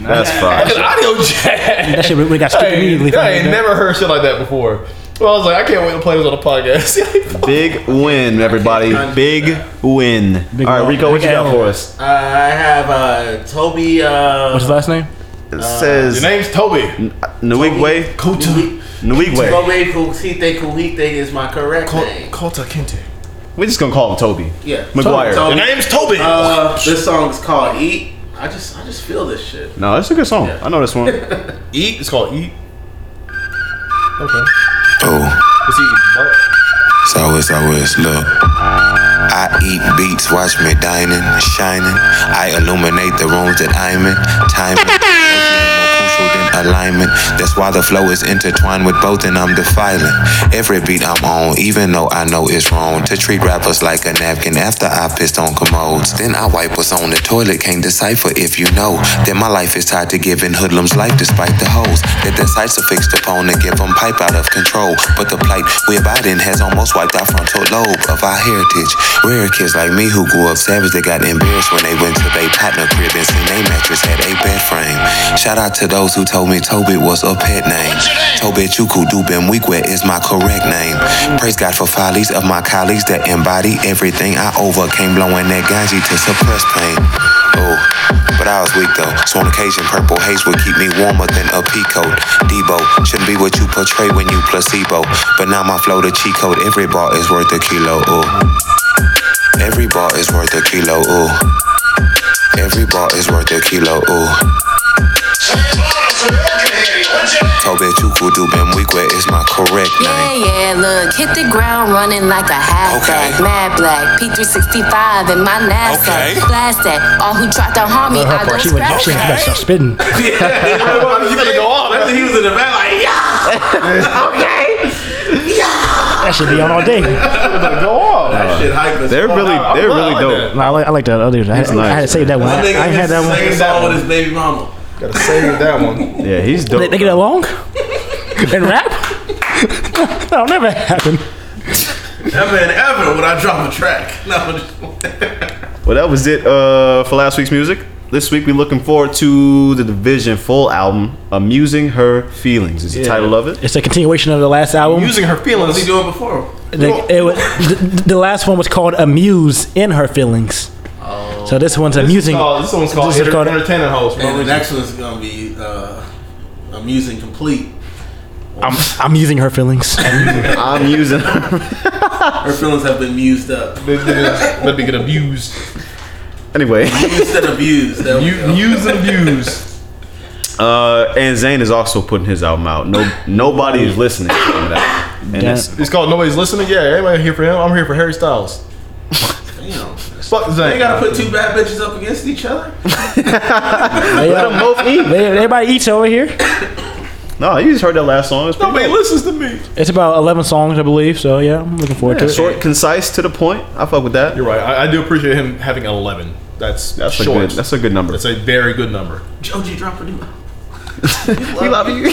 That's fine. Like an audio jack. That shit would- would've got skipped I ain't- immediately if I I ain't did that. never heard shit like that before. Well, I was like, I can't wait to play this on the podcast. Big win, everybody. Big win. Big All right, win. Rico, what you Big got L. for us? Uh, I have uh, Toby. Uh, What's his last name? It says Your name's Toby. Nwigwe. Kota. Nwigwe. Toby Kuhite Kuhite is my correct name. Kota Kente. We're just gonna call him Toby. Yeah. McGuire. Toby. Your name's Toby. Uh, this song's called Eat. I just, I just feel this shit. No, that's a good song. I know this one. eat. It's called eat. Okay. Oh, What's he eating? What? it's always, always look. I eat beats, watch me dining, shining. I illuminate the rooms that I'm in, timing. crucial than Alignment. That's why the flow is intertwined with both, and I'm defiling every beat I'm on, even though I know it's wrong to treat rappers like a napkin after I pissed on commodes. Then I wipe what's on the toilet, can't decipher if you know that my life is tied to giving hoodlums life despite the hoes that their sights are fixed upon to give them pipe out of control. But the plight we're about in has almost wiped our frontal lobe of our heritage. Rare kids like me who grew up savage that got embarrassed when they went to their partner crib and seen they mattress had a bed frame. Shout out to those who told me Tobit was a pet name. Tobit Chuku Dubin Weekwet is my correct name. Praise God for follies of my colleagues that embody everything I overcame, blowing that ganji to suppress pain. Oh. But I was weak though, so on occasion purple haze would keep me warmer than a pea coat. Debo, shouldn't be what you portray when you placebo. But now my flow to cheat code, every bar is worth a kilo, ooh. Every bar is worth a kilo, ooh. Every bar is worth a kilo, ooh. Tobe Chuku Dubem Wikwe is my correct name. Yeah, yeah, look, hit the ground running like a halfback. Okay. Mad black, P365 in my NASDAQ. Okay. Blast that. All who tried to harm me, Uh, I her go part. She went. scratch She that. got stop spitting. you better go off. That's when he was in the back, like yeah. that should be on all day. Go off. Uh, That shit hype as They're fuck. really, I- they're really like dope. No, I like, I like that other. I had, nice. I had to save that one. I, That nigga I had that one. singing song with his baby mama. Gotta save that one. Yeah, he's dope. They, they get along and rap. That'll never happen. Ever and ever would I drop a track. No, I'm just Well, that was it uh, for last week's music. This week we're looking forward to the Division full album, "Amusing Her Feelings." Is the title of it? It's a continuation of the last album. Using her what was feelings. he doing before? The, it was, the, the last one was called "Amuse in Her Feelings." So this one's amusing. Oh, this one's called, This is enter- called- entertaining hoes, bro. And the next one's gonna be uh, amusing complete. I'm, I'm using her feelings. I'm using. I Her feelings have been mused up, This niggas Let me get abused. Anyway, used and abused. There we You, go. use and abuse. uh, and Zayn is also putting his album out. No, nobody is listening to that, and that's It's called Nobody's Listening. Yeah, everybody here for him. I'm here for Harry Styles. Damn. Fuck Zayn. They gotta put two bad bitches up against each other. They, uh, they- everybody eats over here. no. You just heard that last song. It's pretty Nobody listens to me. It's about 11 songs, I believe. So yeah, I'm looking forward to it. short, concise, to the point. I fuck with that. You're right. I, I do appreciate him having 11. That's That's short. a good. That's a good number. That's a very good number. Joji, drop a new. we love you.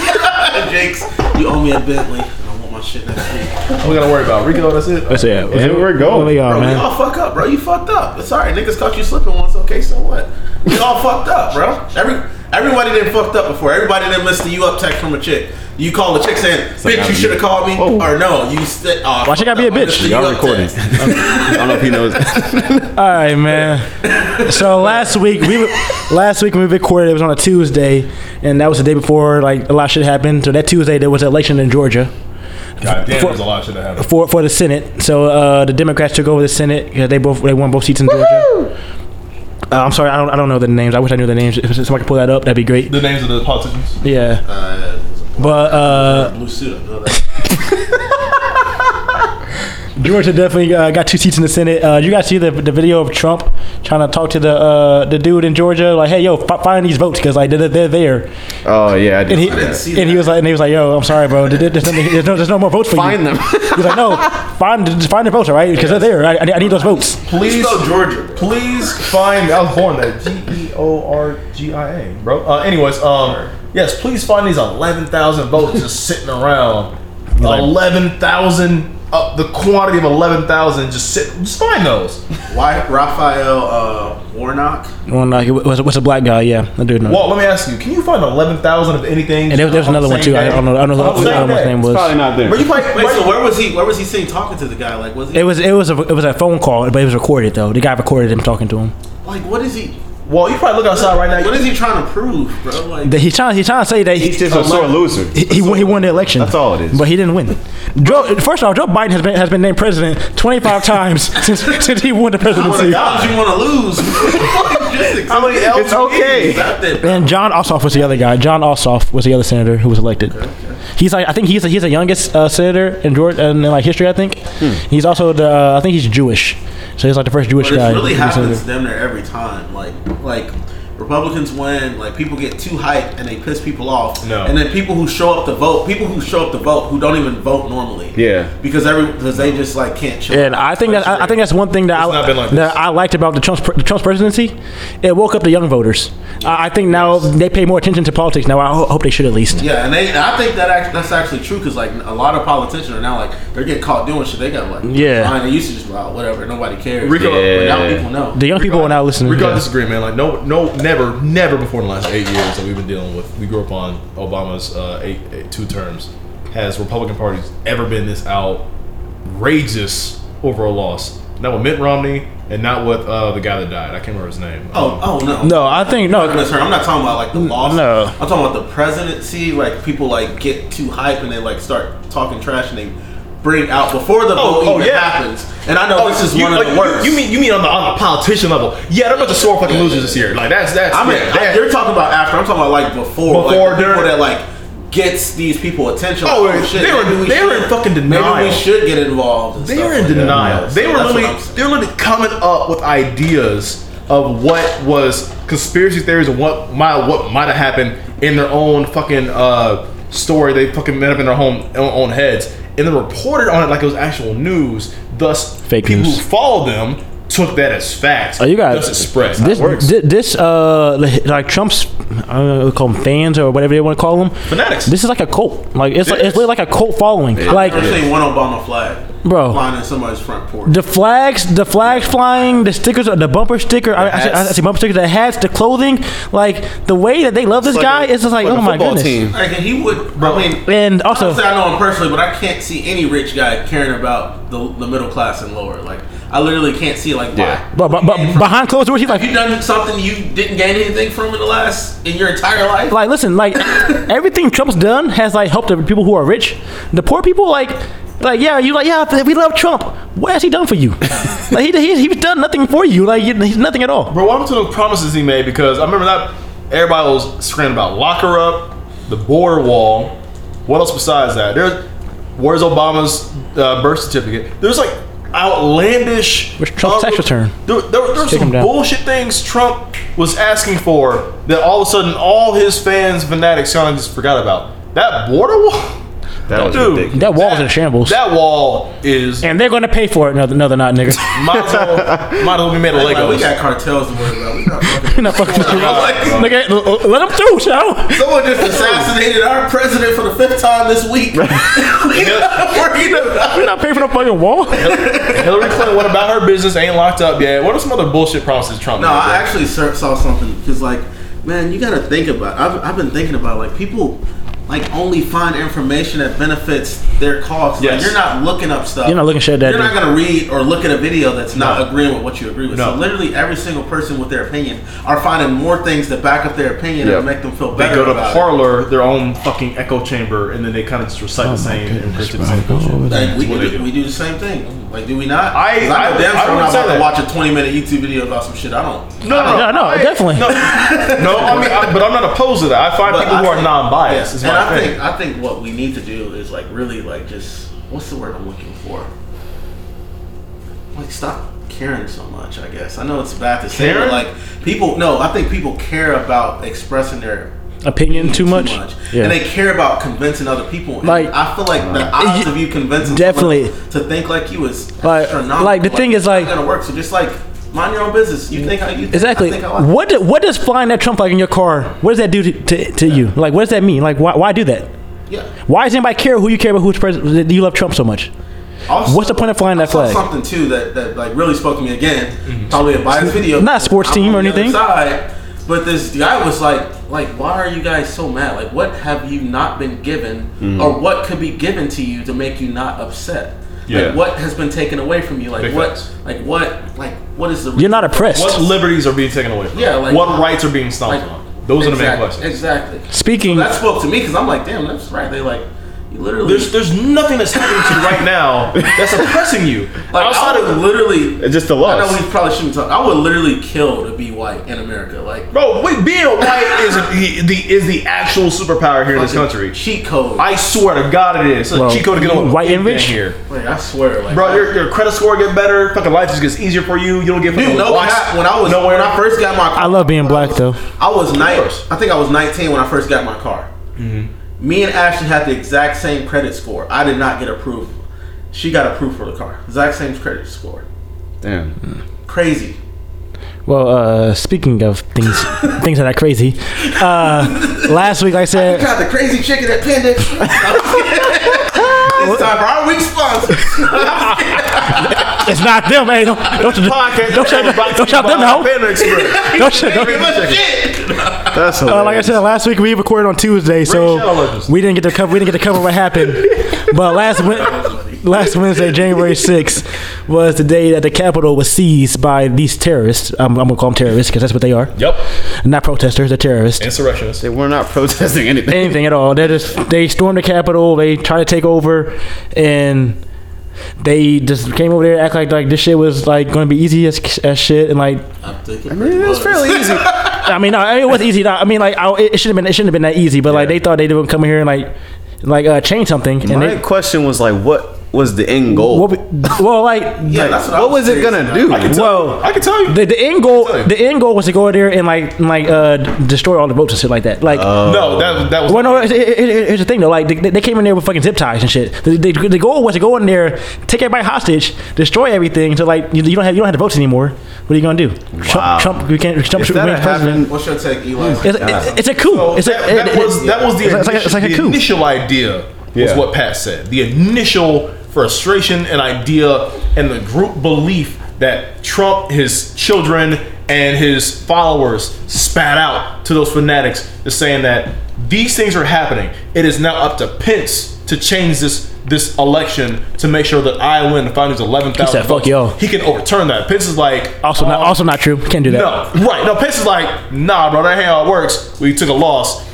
Jakes, you owe me a Bentley. and I want my shit next week. What we gotta worry about Rico. That's it. So, yeah, And we're going. Where we are, Bro, we man. all fuck up, bro. You fucked up. It's alright. Niggas caught you slipping once. Okay, so what? We all fucked up, bro. Every everybody didn't fucked up before. Everybody didn't miss the you up text from a chick. You call the chick saying, "Bitch, you should have called me," Whoa. or no, you said, "Oh, I Why she fucked gotta be up. a I bitch? missed the Y'all you up recording? text." I don't know if he knows. All right, man. So last week we were- last week when we recorded it was on a Tuesday, and that was the day before like a lot of shit happened. So that Tuesday there was an election in Georgia. God damn, there's a lot of shit that happened. for for the Senate. So uh, the Democrats took over the Senate. Yeah, they both they won both seats in Georgia. Uh, I'm sorry, I don't I don't know the names. I wish I knew the names. If somebody could pull that up, that'd be great. The names of the politicians. Yeah, Uh, but uh, blue suit. I know that. Georgia definitely uh, got two seats in the Senate. Uh, you guys see the, the video of Trump trying to talk to the uh, the dude in Georgia, like, hey, yo, f- find these votes because like they're, they're there. Oh yeah, I did. And he see that. see and he that. was like, and he was like, yo, I'm sorry, bro. There- There's, nothing- there's no, there's no more votes for Find you. them. He's like, no, find just find the votes, all right? Because they're there. I, I need- I need those votes. Please, Let's go, Georgia. Bro. please find. I was born there. G E O R G I A, bro. Uh, anyways, um, yes, please find these eleven thousand votes just sitting around. Eleven thousand, uh, the quantity of eleven thousand, just sit. Just find those. Why Raphael uh, Warnock? One like, was was a black guy? Yeah, I do know. Well, let me ask you: Can you find eleven thousand of anything? And there, there was on the another one same too. I day? don't know. I don't know, I On the same don't know what his day? name Probably was. not there. But you probably Wait, so where was he? Where was he sitting talking to the guy? Like, was he It was it was a it was a phone call, but it was recorded though. The guy recorded him talking to him. like, what is he? well, you probably look outside right now. What is he trying to prove, bro? Like, That He's trying he's trying to say that he He's just a sore loser. he, he, won, he won the election. That's all it is. But he didn't win. Joe, first off, Joe Biden has been has been named president 25 times since since he won the What the presidency. odds you want to lose? Just How many accept It's it. okay. Accept it. And John Ossoff was the other guy. John Ossoff was the other senator who was elected. He's like I think he's the, he's the youngest uh, senator in Georgia in, like history. I think Hmm. he's also the uh, I think he's Jewish, so he's like the first Jewish But it guy. really to be senator. happens damn near every time. Like, like Republicans win. Like people get too hyped and they piss people off. No. And then people who show up to vote, people who show up to vote who don't even vote normally. Yeah. Because every because they just like can't chill. And I think that I, I think that's one thing that It's not I been like that this. I liked about the Trump's pre- the Trump's presidency. It woke up the young voters. I, I think now they pay more attention to politics. Now I ho- hope they should at least. Yeah, and, they, and I think that act, that's actually true because like a lot of politicians are now like they're getting caught doing shit. They got like Yeah. fine. They used to just be like, "Oh, whatever, nobody cares. Rico- But now Yeah. people know. The young people are now listening. We got Yeah. this agreement, like no, no, never, never before in the last eight years that we've been dealing with. We grew up on Obama's uh, eight, eight, two terms. Has Republican parties ever been this outrageous over a loss? Not with Mitt Romney, and not with uh, the guy that died. I can't remember his name. Um, oh, oh no, No, I think no. Goodness, sir, I'm not talking about like the loss. no. I'm talking about the presidency. Like people like get too hype and they like start talking trash and they bring out before the Oh, vote oh, even yeah. happens. And I know Oh, this is you- one like, of you- the worst. You, mean you mean on the on the politician level? Yeah, they're a bunch of sore fucking losers this year. Like that's that's. I mean, yeah, I- that- you're talking about after. I'm talking about like before. Before, like, the people during- that like gets these people attention. like, Oh, they were- maybe we they were in should- fucking Maybe denial. we should get involved. and They stuff were in like that. denial. They So were that's what I'm literally saying. they were literally coming up with ideas of what was conspiracy theories and what might what might have happened in their own fucking uh, story. They fucking made up in their home own heads, and then reported on it like it was actual news. Thus, Fake people news. who follow them took that as facts. Oh, you got Thus, it spreads. This, thi- this, uh, li- like Trump's, I don't know, call them fans or whatever they want to call them. Fanatics. This is like a cult. Like it's, It like, it's is. literally like a cult following. Like I've never seen one Obama flag Bro. flying in somebody's front porch. the flags, the flags flying, the stickers, the bumper sticker. I, I, see, I hats. see bumper stickers, the hats, the clothing. Like the way that they love this like guy a- is just like, like a oh my football goodness. team. Like, and he would. I mean, And also, Obviously, I know him personally, but I can't see any rich guy caring about the, the middle class and lower. Like, I literally can't see like why. Yeah. but, but, but behind closed doors, he's like, Have you done something you didn't gain anything from in the last in your entire life? like listen, like everything Trump's done has like helped the people who are rich. The poor people, like, like yeah, you like yeah, we love Trump. What has he done for you? like he, he he's done nothing for you. Like he- he's nothing at all. Bro, what happened to those promises he made? Because I remember that everybody was screaming about lock her up, the border wall. What else besides that? There's where's Obama's uh, birth certificate? There's like outlandish. Uh, Where's Trump's tax return? There, there, there were Take some him down. bullshit things Trump was asking for that all of a sudden all his fans, fanatics, kind of just forgot about. That border wall. That was Dude, ridiculous. That wall's in shambles. That wall is. and they're gonna pay for it. No, no, they're not, niggas. Might as well, might as well be made of Like, we got Legos. cartels to worry about. We not fucking. You're not fucking with you. Like, Nigga, l- l- let them through, yo. someone just assassinated our president for the fifth time this week. we not worried about We're not paying for no fucking wall. Hillary Clinton went about her business, ain't locked up yet. What are some other bullshit promises Trump No, made? I bro? actually ser- saw something because, like, man, you gotta think about. I've, I've been thinking about like people like only find information that benefits their cause. Like, Yes. you're not looking up stuff. You're not looking shit up that You're not deep. gonna read or look at a video that's not agreeing with what you agree with. No. So literally, every single person with their opinion are finding more things to back up their opinion Yep. and make them feel they better go to about it. parlor, their own fucking echo chamber, and then they kind of just Oh recite the same. and recite the same bullshit. Like, we, That's what they do, do. we do the same thing. Like, do we not? I- 'Cause I know I- damn I sure I'm wouldn't not say about to that. watch a 20 minute YouTube video about some shit I don't. No, No, no, definitely. No, no, I mean, I, but I'm not opposed to that. I find But people I who are think- non-biased. yeah, Is and my I think opinion. I think what we need to do is like really like just what's the word I'm looking for? Like stop caring so much. I guess I know it's bad to say, but Caring? like people. No, I think people care about expressing their Opinion too much. and Yeah. they care about convincing other people. And Like- I feel like the odds you- of you convincing definitely. someone to think like you is Like- astronomical. like, the thing it's is, not like- gonna work. So just like mind your own business. You think how you think, I Exactly. think how I- What do, what does flying that Trump flag in your car? What does that do to, to, to you? Like, what does that mean? Like, why, why do that? Yeah. Why does anybody care who you care about? Who's president? Do you love Trump so much? Also- What's the point of flying that I saw flag? Something too that, that like really spoke to me again. Probably a biased video. Not a sports I'm team on or the other anything. Side, but this guy was like, like, why are you guys so mad? Like, what have you not been given, Hmm. or what could be given to you to make you not upset? Yeah. Like, what has been taken away from you? Like, Big what? facts. Like, what? Like, what is the? You're not oppressed. What liberties are being taken away from? Yeah, us? like- what rights are being stomped like- on? Those are the main Exact- questions. Exactly. Speaking. That spoke to me because I'm like, damn, that's right. They like, you literally. There's there's nothing that's happening to you right now that's oppressing you. like, outside I would of literally It's just the I know loss. we probably shouldn't talk. I would literally kill to be white in America. Like bro, wait, being a white is the, the is the actual superpower here in this country. cheat code. I, I swear to God, it is. It's Bro, a cheat code to get on white anything image? here, like I swear, like bro. Your, your credit score get better. Fucking life just gets easier for you. You don't get Dude, fucking no lost cap, when I was nowhere. when I first got my car, I love being black though. I was nine. course. I think I was 19 when I first got my car. Me and Ashley had the exact same credit score. I did not get approved. She got approved for the car. Exact same credit score. Damn. Crazy. Well, uh, speaking of things, things that are crazy. Uh, last week I You said got the crazy chicken at Pendant. it's time for our week sponsor. it's not them. Hey, don't don't Podcast don't shut them- don't shut them out. Don't shut Give don't. a shit. That's Uh, like I hilarious. said, last week we recorded on Tuesday, Shadow so Legends. we didn't get to cover. We didn't get to cover what happened. But last Wed- last Wednesday, January sixth, was the day that the Capitol was seized by these terrorists. I'm, I'm gonna call them terrorists because that's what they are. Yep, Not protesters, they're terrorists. insurrectionists. They were not protesting anything. anything at all. They just they stormed the Capitol. They tried to take over, and they just came over there act like like this shit was like going to be easy as, as shit. And like I'm thinking It was fairly easy. I mean, no, I mean, it was easy. though. I mean, like I, it should have been it shouldn't have been that easy. But like they thought they would come here and like like uh, change something. And My they, question was like, what was the end goal? What What, we- well, like Yeah, that's what, I was it gonna do? well, I can tell you. the, the end goal the end goal was to go in there and like and, like uh d- destroy all the votes and shit like that. Like Oh, no, that, that was. Well, no, it- it- it- here's the thing though. Like they, they came in there with fucking zip ties and shit. The, the, the goal was to go in there, take everybody hostage, destroy everything. So like you, you don't have you don't have the votes anymore. What are you gonna do? Wow. Trump, Trump, we can't Trump If should that remain had happened, president. What's your take, Eli? It's, it, it's a coup. So it's a, that, that it- it- was that was the, it's initial, like, it's like the a coup. initial idea was Yeah. what Pat said. The initial frustration and idea and the group belief that Trump, his children, and his followers spat out to those fanatics is saying that these things are happening. It is now up to Pence to change this this election to make sure that I win the finals eleven He thousand. said, "Fuck y'all." He can overturn that. Pence is like Also not um, also not true. Can't do that. no, right. No, Pence is like, nah, bro, that ain't how it works. We took a loss.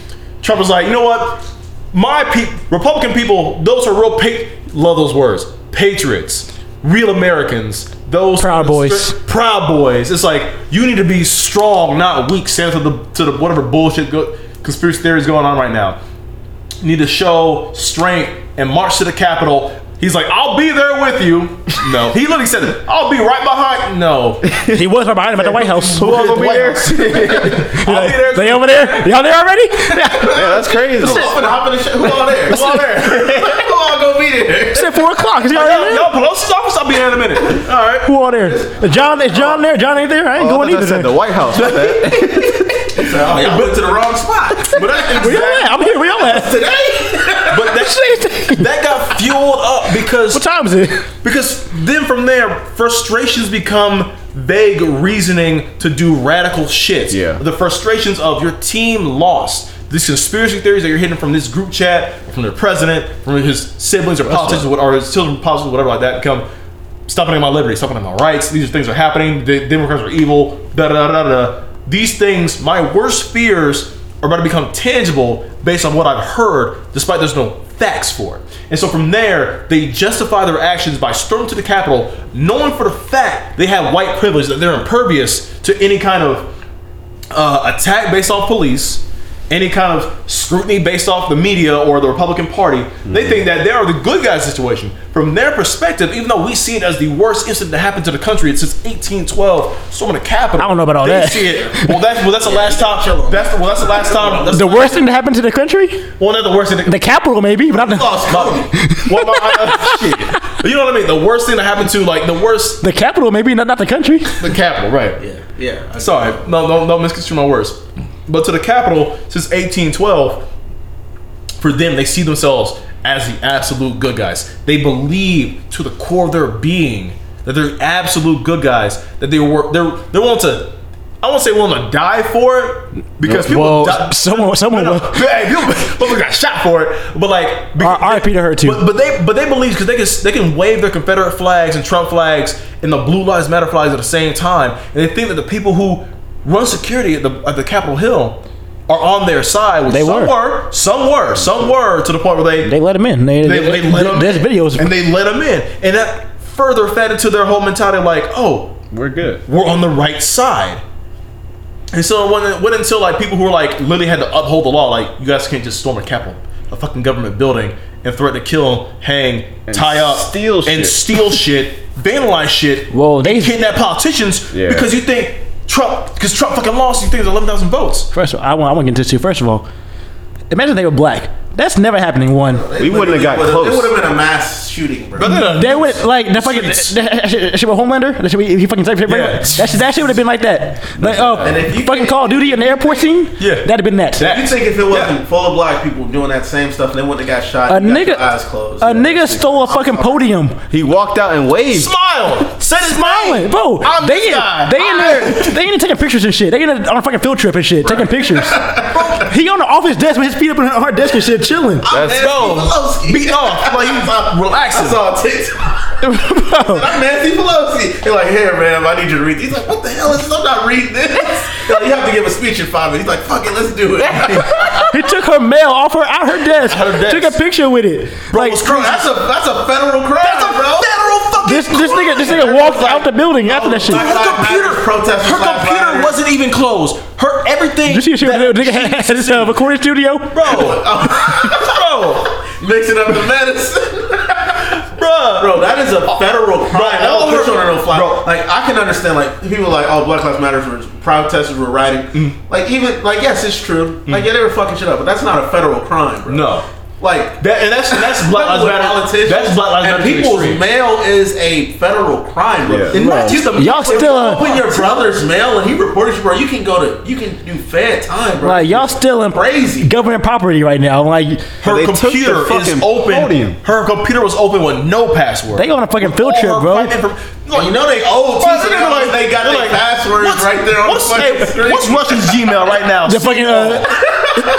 Trump was like, you know what? My people, Republican people, those are real, pa- love those words, patriots, real Americans, those Proud Boys. proud boys. It's like you need to be strong, not weak. Stand to the to the whatever bullshit go- conspiracy theories going on right now. You need to show strength and march to the Capitol. He's like, I'll be there with you. No, he literally said, I'll be right behind. No, He was right behind him at the White House. Who else Like, will be there? I'll be there. They over there? Y'all there already? Yeah. yeah, that's crazy. Who finna hop in the shit? Who all there? Who all there? Who all gonna be there? It's at four o'clock. Is y'all Yo, there? yo, Pelosi's office. I'll be there in a minute. All right. Who all there? Is John is John there? John ain't there. I ain't Oh, I going thought either. I said then. the White House. my bad. Oh, y'all went to the wrong spot. But that, Where y'all at? I'm here. Where y'all at? Today? but that, that got fueled up because What time is it? because then from there frustrations become vague reasoning to do radical shit. Yeah. The frustrations of your team lost. These conspiracy theories that you're hitting from this group chat, from their president, from his siblings or politicians, what- or his children, politicians, whatever like that, become stopping at my liberty, stopping at my rights. These are things that are happening. The Democrats are evil. Da da da da. da. These things, my worst fears, are about to become tangible based on what I've heard, despite there's no facts for it. And so from there, they justify their actions by storming to the Capitol, knowing for the fact they have white privilege, that they're impervious to any kind of uh, attack based off police, any kind of scrutiny based off the media or the Republican Party, they think that they are the good guys situation. From their perspective, even though we see it as the worst incident that happened to the country since 1812, storming the Capitol. I don't know about all they that. See it. Well, that's well, that's the last time. That's the, well, that's the last time. That's The worst thing that happened to the country? Well, not the worst. thing- The capital, maybe, but not the, lost Cody. What about uh, shit? You know what I mean? The worst thing that happened to like the worst the capital, maybe, not, not the country. the Capitol, right? Yeah. Yeah. I- Sorry, no, don't, don't misconstrue my words. But to the capital, since 1812, for them, they see themselves as the absolute good guys. They believe to the core of their being that they're absolute good guys. That they were they're they're willing to. I won't say willing to die for it because people. Well, die- someone, someone no, will. no. Hey, people, people got shot for it, but like R- RIP to her, too. But, but they but they believe because they can they can wave their Confederate flags and Trump flags and the Blue Lives Matter flags at the same time, and they think that the people who run security at the at the Capitol Hill are on their side. Which They some were. were. some were, some were to the point where they They let him in. They, they, they let them There's in. videos. and they let them in, and that further fed into their whole mentality. Like, oh, We're good. we're on the right side. And so it wasn't, it wasn't until like people who were like literally had to uphold the law, like you guys can't just storm a capitol, a fucking government building, and threaten to kill, hang, tie up, steal and shit. steal shit, vandalize shit, Well, they- and kidnap politicians Yeah. because you think Trump, because Trump fucking lost, you think there's eleven thousand votes. First of all, I want, I want to get into this too. First of all, imagine they were black. That's never happening, one. We wouldn't have got It would've- close. It would have been a mass shooting, bro. They would like that fucking that, Streets. that shit that shit with Homelander. That shit we- he fucking typed shit. Yeah. That shit that shit would have been like that. Like oh, if you- fucking Call of Duty in the airport scene. Yeah. that'd have been that. That- You think if it wasn't full of black people doing that same stuff, they wouldn't have got shot. a you got your nigga, eyes closed. a Yeah. nigga stole a fucking podium. He walked out and waved. Smile, said his Smiling, name, bro. I'm they this in, guy. they in there, they in there taking pictures and shit. They in there on a fucking field trip and shit, taking pictures. he on the office desk with his feet up on our desk and shit, chilling. That's Bro, beat off like you I relaxing. saw a TikTok. Bro, I'm Nancy Pelosi. He's like, here, man, I need you to read. This. He's like, what the hell is this? I'm not reading this. He's like, you have to give a speech in five minutes. He's like, fuck it, let's do it. he took her mail off her out her desk, Out her desk. took a picture with it. like was bro, that's a that's a federal crime, That's a bro. federal fucking this this nigga this crime. nigga walked out the building after that shit. Black Her Lives computer Matter protesters, Her Black computer Lives Matter. wasn't even closed. Her everything. You see, she was that- nigga had his uh, recording studio. bro, bro, Mixing up the medicine. bro. Bro, that is a federal crime. that all will put over- you on a no-fly. Bro. Like I can understand, like people like, oh, Black Lives Matters were protesters were rioting. Like even, like yes, it's true. Like yeah, they were fucking shit up, but that's not a federal crime, bro. No. Like That, and that's that's Black Lives with Matter. politicians. That's Black Lives and Matter. to the people's extreme. mail is a federal crime, bro. Yeah. And not just the- Y'all if still- uh, you open your brother's mail and he reports you, bro. You can go to you can do fed time, bro. Like y'all still in Crazy. government property right now. Like Her They took the computer is fucking open. podium. Her computer was open with no password. they on a fucking field All trip, her bro. fucking inform- Like, you know they old. Bro, too, so they're they like- they got they're their like, passwords what's- right there on what's, the fucking hey, screen. What's Russian's Gmail right now? The fucking uh,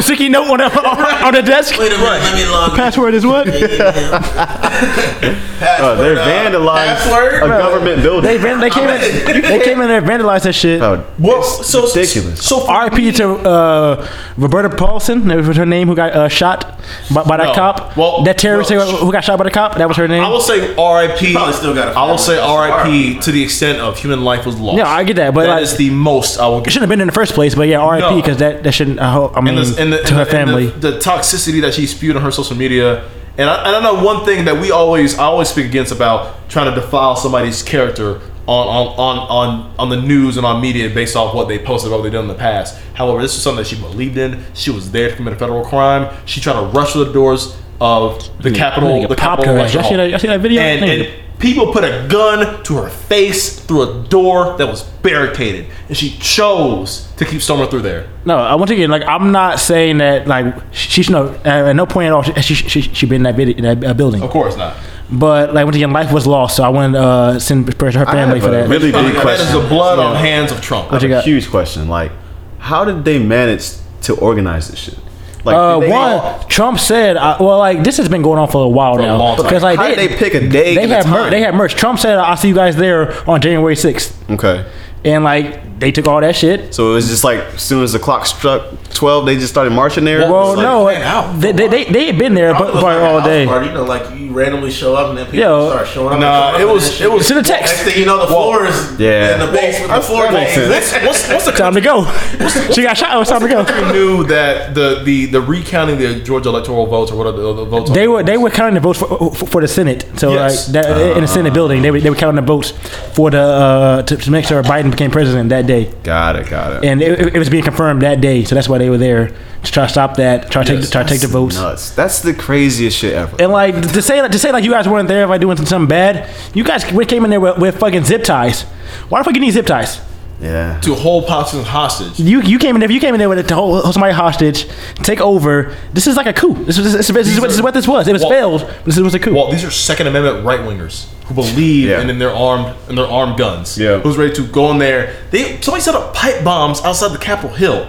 sticky note on the on the desk. Wait a minute, let me log in. Password is what? Uh, they're Password, uh, vandalizing Password, a bro. government building. They ran, they came in they came in there and vandalized that shit. Oh, Well, it's so, ridiculous. So for me- R.I.P. to uh, Roberta Paulson. That was her name who got uh, shot by, by that No. cop. Well, that terrorist well, who got shot by the cop. That was her name. I will say R.I.P. Probably still got a I will say family. R.I.P. to the extent of human life was lost. Yeah, I get that, but that like- is the most I will it get. shouldn't have been in the first place, but yeah, R.I.P. No. Because that that shouldn't. I, hope, I mean, And the, and the, to her and the- and family. the, the toxicity that she spewed on her social media. And I, and I know one thing that we always, I always speak against about trying to defile somebody's character on on, on, on on the news and on media based off what they posted about what they did in the past. However, this is something that she believed in. She was there to commit a federal crime. She tried to rush through the doors of the Hmm. Capitol. nigga The popped Capitol her lecture ass. Y'all see hall. that- y'all see that video? And, Nigga. and people put a gun to her face through a door that was barricaded, and she chose to keep storming through there. No, I want to get like I'm not saying that like she should know at no point at all she she she, she been in that, vid- in that uh, building, Of course not. but like once again life was lost, so I wouldn't uh, send prayers to her family have for a that. really big That question. is the blood on hands of Trump. What you got? Huge question. Like, how did they manage to organize this shit? Like, Uh, did they- one, Trump said, uh, well, like this has been going on for a while a now long time. because like How did they pick a day They and a had mer- time? they had merch. Trump said, "I'll see you guys there on January 6th. Okay. and like they took all that shit. So it was just like, as soon as the clock struck 12, they just started marching there? Well, It's like- no, hang out. they, they they they had been there, Probably but, was but like a all house day. Party, you know, like you randomly show up and then people Yo. start showing up. Nah, and it showing up was it was It's in the And next text. thing you know, the floor is Yeah. in the basement. The floor that makes goes. sense. What's, what's the Time to go. she got shot. It was time to country go. knew that the, the the recounting the Georgia electoral votes or whatever the, the votes They were they were counting the votes for, for, for the Senate. So Yes. like that, in the Senate building, they were, they were counting the votes for the uh, to, to make sure Biden became president that day, Got it, got it. and it, it- it was being confirmed that day. So that's why they were there to try to stop that, try to take try to take the votes. Nuts. That's the craziest shit ever. And like to say to say like you guys weren't there like doing something bad, you guys we came in there with, with fucking zip ties. Why the fuck you need zip ties? Yeah. to hold politicians hostage. You you came in there you came in there with a to hold, hold somebody hostage, take over. This is like a coup. This was this, is- this, is, what, this is what this was. It was Well- failed. but This was a coup. Well, these are Second Amendment right wingers who believe Yeah. in, in their armed in their armed guns. Yeah. who's ready to go in there? They somebody set up pipe bombs outside the Capitol Hill.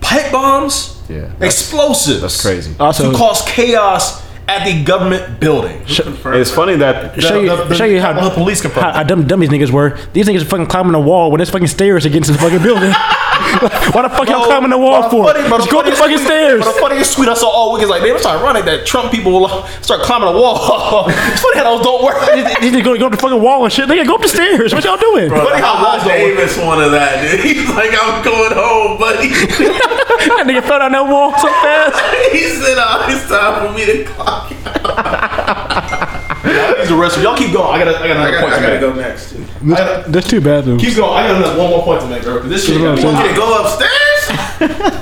Pipe bombs. Yeah, that's- explosives. that's crazy. Also- to cause chaos at the government building. It's funny that show you, the- the show you how Capitol police confirmed how, it. how dumb dumb these niggas were. These niggas fucking climbing the wall when there's fucking stairs against the fucking building. Why the fuck y'all Bro, climbing the wall but for? funny- but Just go up the funniest fucking tweet- stairs. But the funniest tweet I saw all week is like, damn, it's ironic that Trump people will start climbing the wall. it's funny how those don't work. These niggas gonna go up the fucking wall and shit. Nigga, go up the stairs. What y'all doing? funny how How walls don't work. Davis wanted that, dude. He's like, I'm going home, buddy. that nigga fell down that wall so fast. he said, oh, it's time for me to clock out. These are rest- Y'all keep going. I got I got I another gotta, point I gotta to go next. Dude. make. I gotta- There's two bathrooms. Keep going. I got another one more point to make, bro. 'cause This shit. what I'm got me- saying. Can it go upstairs?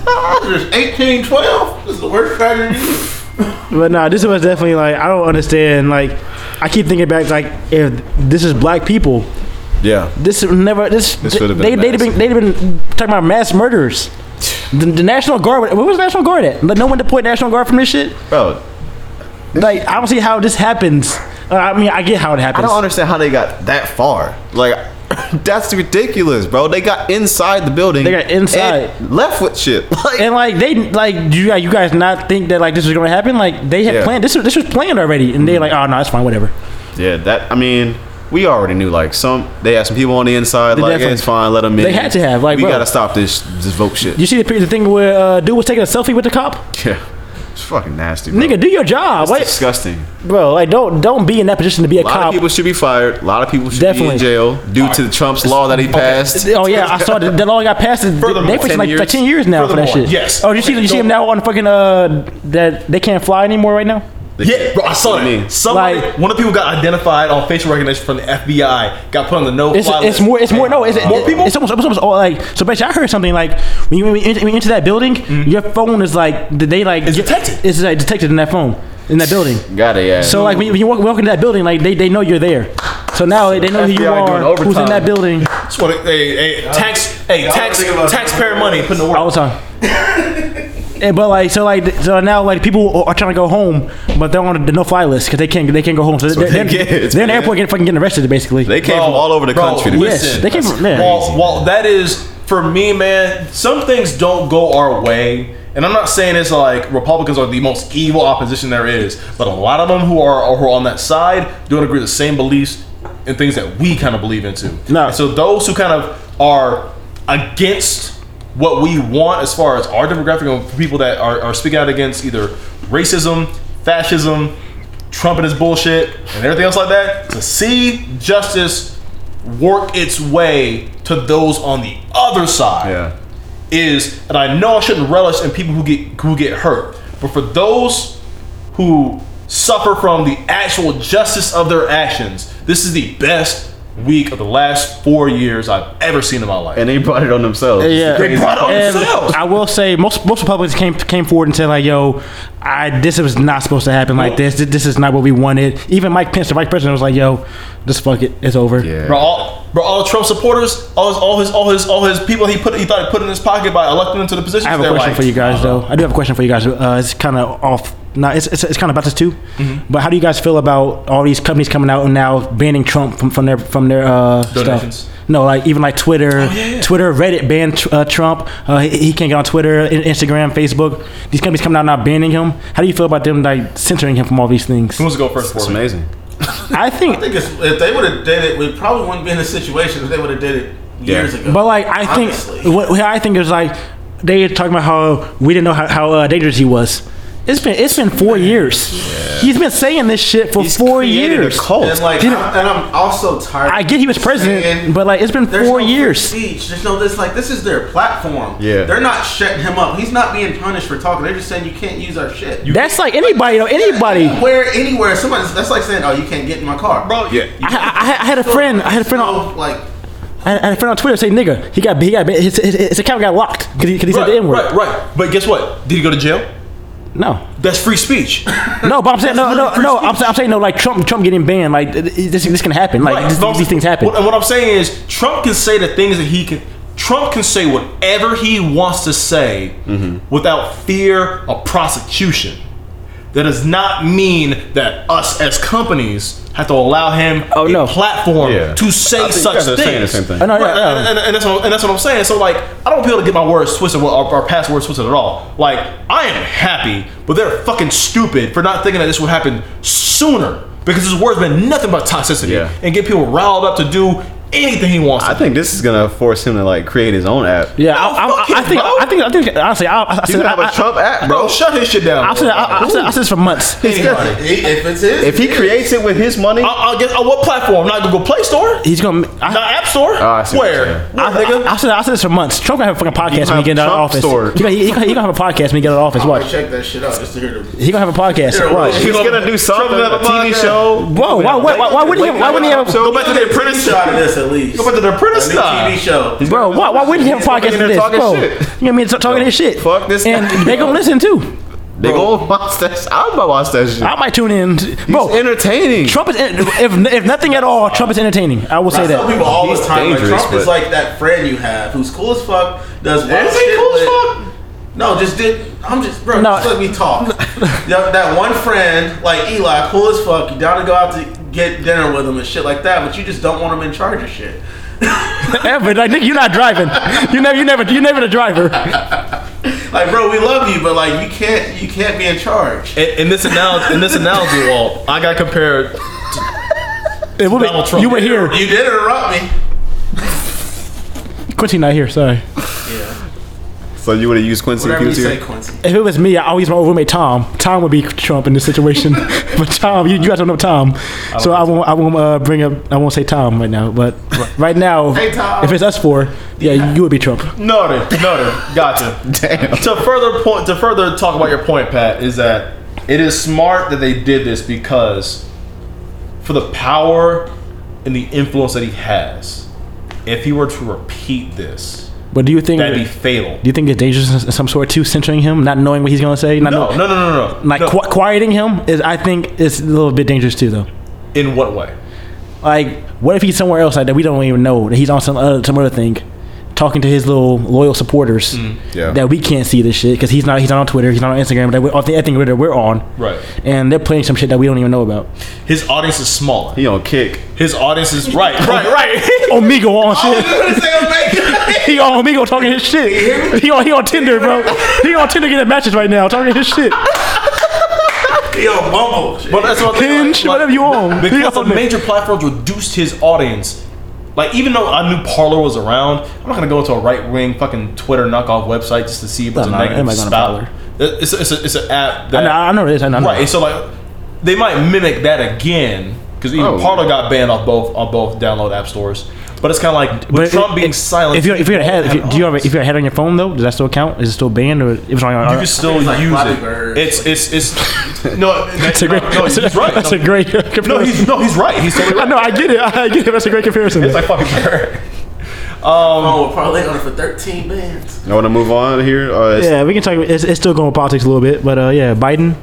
There's 1812. This is the worst factory. But nah, this was definitely like I don't understand. Like I keep thinking back, like if this is black people, yeah, this would never this, This would've they been they'd have been massive. they'd have been talking about mass murders. The, the National Guard, where was the National Guard at? Like, no one deployed National Guard from this shit. bro. Like I don't see how this happens. Uh, I mean, I get how it I happens. don't understand how they got that far. Like, that's ridiculous, bro. They got inside the building. They got inside. and left with shit. Like, and like they like you guys, you guys not think that like this was gonna happen? Like they had Yeah. Mm-hmm. planned this. was- This was planned already, and they're like, oh no, it's fine, whatever. yeah, that. I mean, we already knew. Like, some they had some people on the inside. They like, definitely- it's fine. Let them in. they had to have, like, we bro. gotta stop this this vote shit. You see the, the thing where uh, dude was taking a selfie with the cop? yeah, it's fucking nasty, bro. Nigga, do your job. it's Why- disgusting. Bro, like don't don't be in that position to be a, A lot cop. of people should be fired. A lot of people should be Definitely. in jail due to the Trump's law that he passed. Oh yeah, I saw the, the law got passed. They Furthermore, facing 10 like, like years. ten years now for that Furthermore, shit. yes. Oh, you see, you see him now on fucking uh that they can't fly anymore right now. Yeah, bro, I saw What do you that. mean? Somebody, Like- one of the people got identified on facial recognition from the FBI, got put on the no-fly It's, list. it's more. It's more. No, it's More it- people? It's almost, it's almost all like. So basically, I heard something like when you, when you, enter, when you enter that building, your phone is like did they like Mm-hmm. It's detected. It's like detected in that phone in that building. Got it. Yeah. So like when you, when you walk, walk into that building, like they, they know you're there. So now they know who you FBI doing are, who's in overtime. that building That's what it- hey, hey, tax, hey, tax, think about- taxpayer money put in the work. all the time. And, but like so like so now like people are trying to go home, but they're on the no fly list because they can't they can't go home. So they're, they they're, get, they're in the man. airport getting fucking getting arrested basically. they came Bro, from all over the bro, country. to Yes, listen. they came from- yeah. Walt, Walt, that is for me, man. Some things don't go our way, and I'm not saying it's like Republicans are the most evil opposition there is, but a lot of them who are who are on that side don't agree with the same beliefs and things that we kind of believe into. No. And So those who kind of are against what we want as far as our demographic of people that are, are speaking out against either racism, fascism, Trump and his bullshit, and everything else like that, to see justice work its way to those on the other side Yeah. is that I know I shouldn't relish in people who get who get hurt, but for those who suffer from the actual justice of their actions, this is the best week of the last four years I've ever seen in my life. And they brought it on themselves. Yeah. They brought it on And themselves. I will say most most Republicans came came forward and said like, "Yo, I this was not supposed to happen like this. Th- This is not what we wanted." Even Mike Pence, the vice president, was like, "Yo, just fuck it, it's over." Yeah. Bro, all, bro, all Trump supporters, all his, all his, all his, all his people he put, he thought he put in his pocket by electing them to the position. I have a question for you guys though. I do have a question for you guys. Uh, it's kind of off. No, it's, it's, it's kind of about this too. But how do you guys feel about all these companies coming out and now banning Trump from, from their from their uh, Donations. stuff? No, like even like Twitter, Twitter, Reddit banned tr- uh, Trump. Uh, he, he can't get on Twitter, in- Instagram, Facebook. These companies coming out now banning him. How do you feel about them like censoring him from all these things? Who wants to go first? It's for me? amazing. I think, I think it's, if they would have did it, we probably wouldn't be in this situation if they would have did it years Yeah. ago. but like I Obviously. think what, what I think is like they talking about how we didn't know how, how uh, dangerous he was. It's been it's been four years. He's been saying this shit for He's four created a years. cult. and like, Didn't- I'm, and I'm also tired. I get he was of president, saying- but like it's been There's four no free years. Speech. There's no this like this is their platform. Yeah. They're not shutting him up. He's not being punished for talking. They're just saying you can't use our shit. That's like anybody though. Anybody. I, Where anywhere somebody's that's like saying, Oh, you can't get in my car. Bro, Yeah. I, I had a friend. I had a friend on. like I had a friend on Twitter say nigga. He got he got his, his, his account got locked because he, 'cause he said the Right, n word. right, right. But guess what? Did he go to jail? No, That's free speech. no. But I'm saying no, no, no. I'm, I'm saying no. Like Trump, Trump getting banned. Like this, this can happen. Like Right. this- But- these things happen. What, and what I'm saying is, Trump can say the things that he can. Trump can say whatever he wants to say Mm-hmm. without fear of prosecution. That does not mean that us as companies have to allow him Oh, a no. platform Yeah. to say I think you such guys are things. saying the same thing. I know, Right, yeah, um, yeah. and- and, and that's what, and that's what I'm saying. So like, I don't feel to get my words twisted or our, our past words twisted at all. Like, I am happy, but they're fucking stupid for not thinking that this would happen sooner because his words been nothing but toxicity Yeah. and get people riled up to do anything he wants. I to. think this is gonna force him to like create his own app. yeah, I, I, I, I fucking think bro. I think I think honestly, I, I, I He's said gonna I, Oh, have a I, Trump app, bro, bro. shut his shit down. I, said- I, I, I, said- I said this for months. if if it's his If he it's creates it with his money, Oh, I, I guess on what platform? Not Google Play Store, He's gonna. I, not App Store. I see what you're Where? saying. Where, I, nigga? I, I said I said this for months. Trump gonna have a fucking podcast when he have get out of Trump office. store. He gonna, he, gonna, he gonna have a podcast when he get out of office. I might Watch. check that shit out just to hear the He gonna have a podcast. Yeah, Watch. right. he's gonna do something, a TV show. Whoa, why, why, why, why wouldn't he? Have, why wouldn't he have? So- A, Go back to the apprentice shot of this at least. Go back to the apprentice a new TV show. bro, why, why wouldn't he have a podcast in for there this, talking bro? shit. You know what I mean? So- Talking his shit. fuck this And guy, they gonna listen too. They gonna watch that. I'm about to watch that shit. I might tune in, bro. It's entertaining. Trump is en- if if nothing at all, Trump is entertaining. I will say I tell that. people all the He's time, like, dangerous, Trump is but- like that friend you have who's cool as fuck, does one Is he shit cool as with- fuck? No, just did. I'm just bro. No. Just let me talk. that, that one friend, like Eli, cool as fuck. You down to go out to get dinner with him and shit like that, but you just don't want him in charge of shit. Ever like nigga, you're not driving. You never, you never, you never the driver. Like, bro, we love you, but like you can't, you can't be in charge. In, in this analogy, in this analogy, Walt, I got compared It will Donald Trump. be, you were here. You did interrupt me. Quincy not here. Sorry. Yeah, So you would have used Quincy if whatever he you was say, here. Quincy. If it was me, I always my roommate Tom. Tom would be Trump in this situation, but Tom, you, you guys don't know Tom, so I won't I won't uh, bring up I won't say Tom right now. But right now, Tom. if it's us four, yeah, you would be Trump. Noted, noted. Gotcha. Damn. to further point, to further talk about your point, Pat, is that It is smart that they did this because for the power and the influence that he has, if he were to repeat this, But do you think that'd be do fatal. you think it's dangerous in some sort too censoring him, not knowing what he's gonna say, not No, know- no, no, no, no. like no. qui- quieting him is I think is a little bit dangerous too though. in what way? Like, what if he's somewhere else like that we don't even know that he's on some other some other thing, talking to his little loyal supporters Mm-hmm. Yeah. that we can't see this shit because he's not he's not on Twitter, he's not on Instagram, that we're, I think I think we're, we're on, Right. and they're playing some shit that we don't even know about. His audience is smaller. He on kick. His audience is right, right, right. Omigo on shit. Omega. He on Omigo talking his shit. He on he on Tinder, bro. He on Tinder getting matches right now, talking his shit. Yo, Bumble. Shit. But that's what I'm saying, Hinge, whatever you on. He Because the on there. major platforms reduced his audience. Like even though I knew Parler was around, I'm not gonna go into a right wing fucking Twitter knockoff website just to see if it's No, a no, negative everybody going to spout. It's a, it's, a, it's an app I that know, I know this. I know. right. So like they might mimic that again because even Oh. Parler got banned off both on both download app stores. But it's kind of like with But Trump if- being if, silent. If you if you got a head, if you, have do you have a, audience. if you got a head on your phone though, does that still count? Is it still banned or if it's on your? uh, you can still like use Flappy it. Birds, It's it's it's no. that's a great. No, no, he's right. That's no, a great comparison. no, he's no, he's right. He's totally I right. know. I get it. I get it. That's a great comparison. It's like fucking Bird. Oh, we're parlay on it for 13 bands. I want to move on here. Uh, it's- yeah, we can talk. It's, it's still going politics a little bit, but uh, yeah, Biden.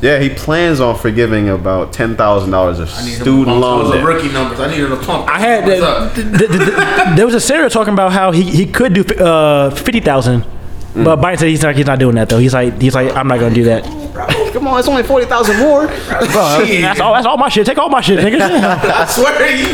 yeah. he plans on forgiving about ten thousand dollars of I need them student to pump loan those debt. rookie numbers. I needed a pump. I had What's up? th- th- th- th- there was a senator talking about how he, he could do uh, fifty thousand, but Biden said he's not he's not doing that though. He's like he's like I'm not gonna do that. Come on, it's only forty thousand more. That's all. That's all my shit. Take all my shit, nigga. I swear to you,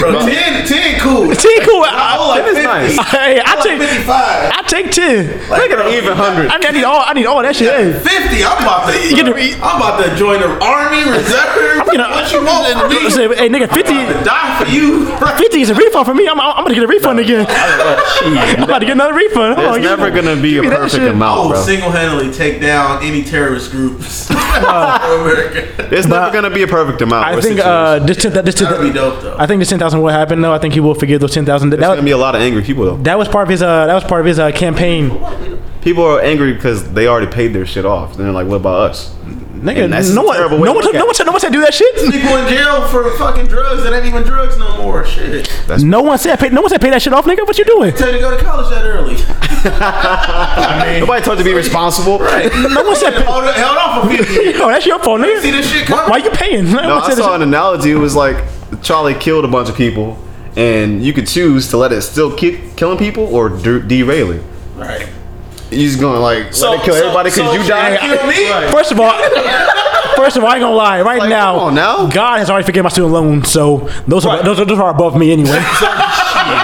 bro. 10, 10 cool. T cool. I I- like That is nice. 50. Hey, I like take 55. I take ten. Look at an even hundred. I, mean, I need all I need all that shit. Hey. 50. I'm about to. get to- I'm about to join the army reserve. I'm gonna. what you want from me? I said, hey nigga, To 50, die for you. 50 is a refund for me. I'm, I'm gonna get a refund again. I'm about to get another refund. Hold There's on, give never me- gonna be a give me that perfect shit. amount, Oh, bro. single-handedly take down any terrorist groups. America. There's never gonna be a perfect amount. I We're think situated. uh, this ten, that this That'd be ten, dope though. I think this ten thousand will happen though. I think he will forgive those ten thousand. That, there's gonna that, be a lot of angry people though. that was part of his uh, that was part of his uh, campaign. People are angry because they already paid their shit off. And they're like, what about us? Nigga, And that's no a one, terrible way no to one, look no at one, said- no one said do that shit. People in jail for fucking drugs that ain't even drugs no more. Shit. No one said pay, no one said pay that shit off, nigga. What you doing? Tell you to go to college that early. Nobody told you to be responsible. Right. No one said. Pay, Hold, held off for 50 years. yo, that's your fault, See nigga. this shit Why, coming? you paying? No, No, one I said that saw shit. an analogy. It was like Charlie killed a bunch of people, and you could choose to let it still keep killing people or de- derail it. Right. You just gonna like So- let it kill so- everybody because so- you die. Kill me? First of all, first of all, I ain't gonna lie. Right Like, now, come on now. God has already forgiven my student loan, so those are Right. those, are- those are above me anyway.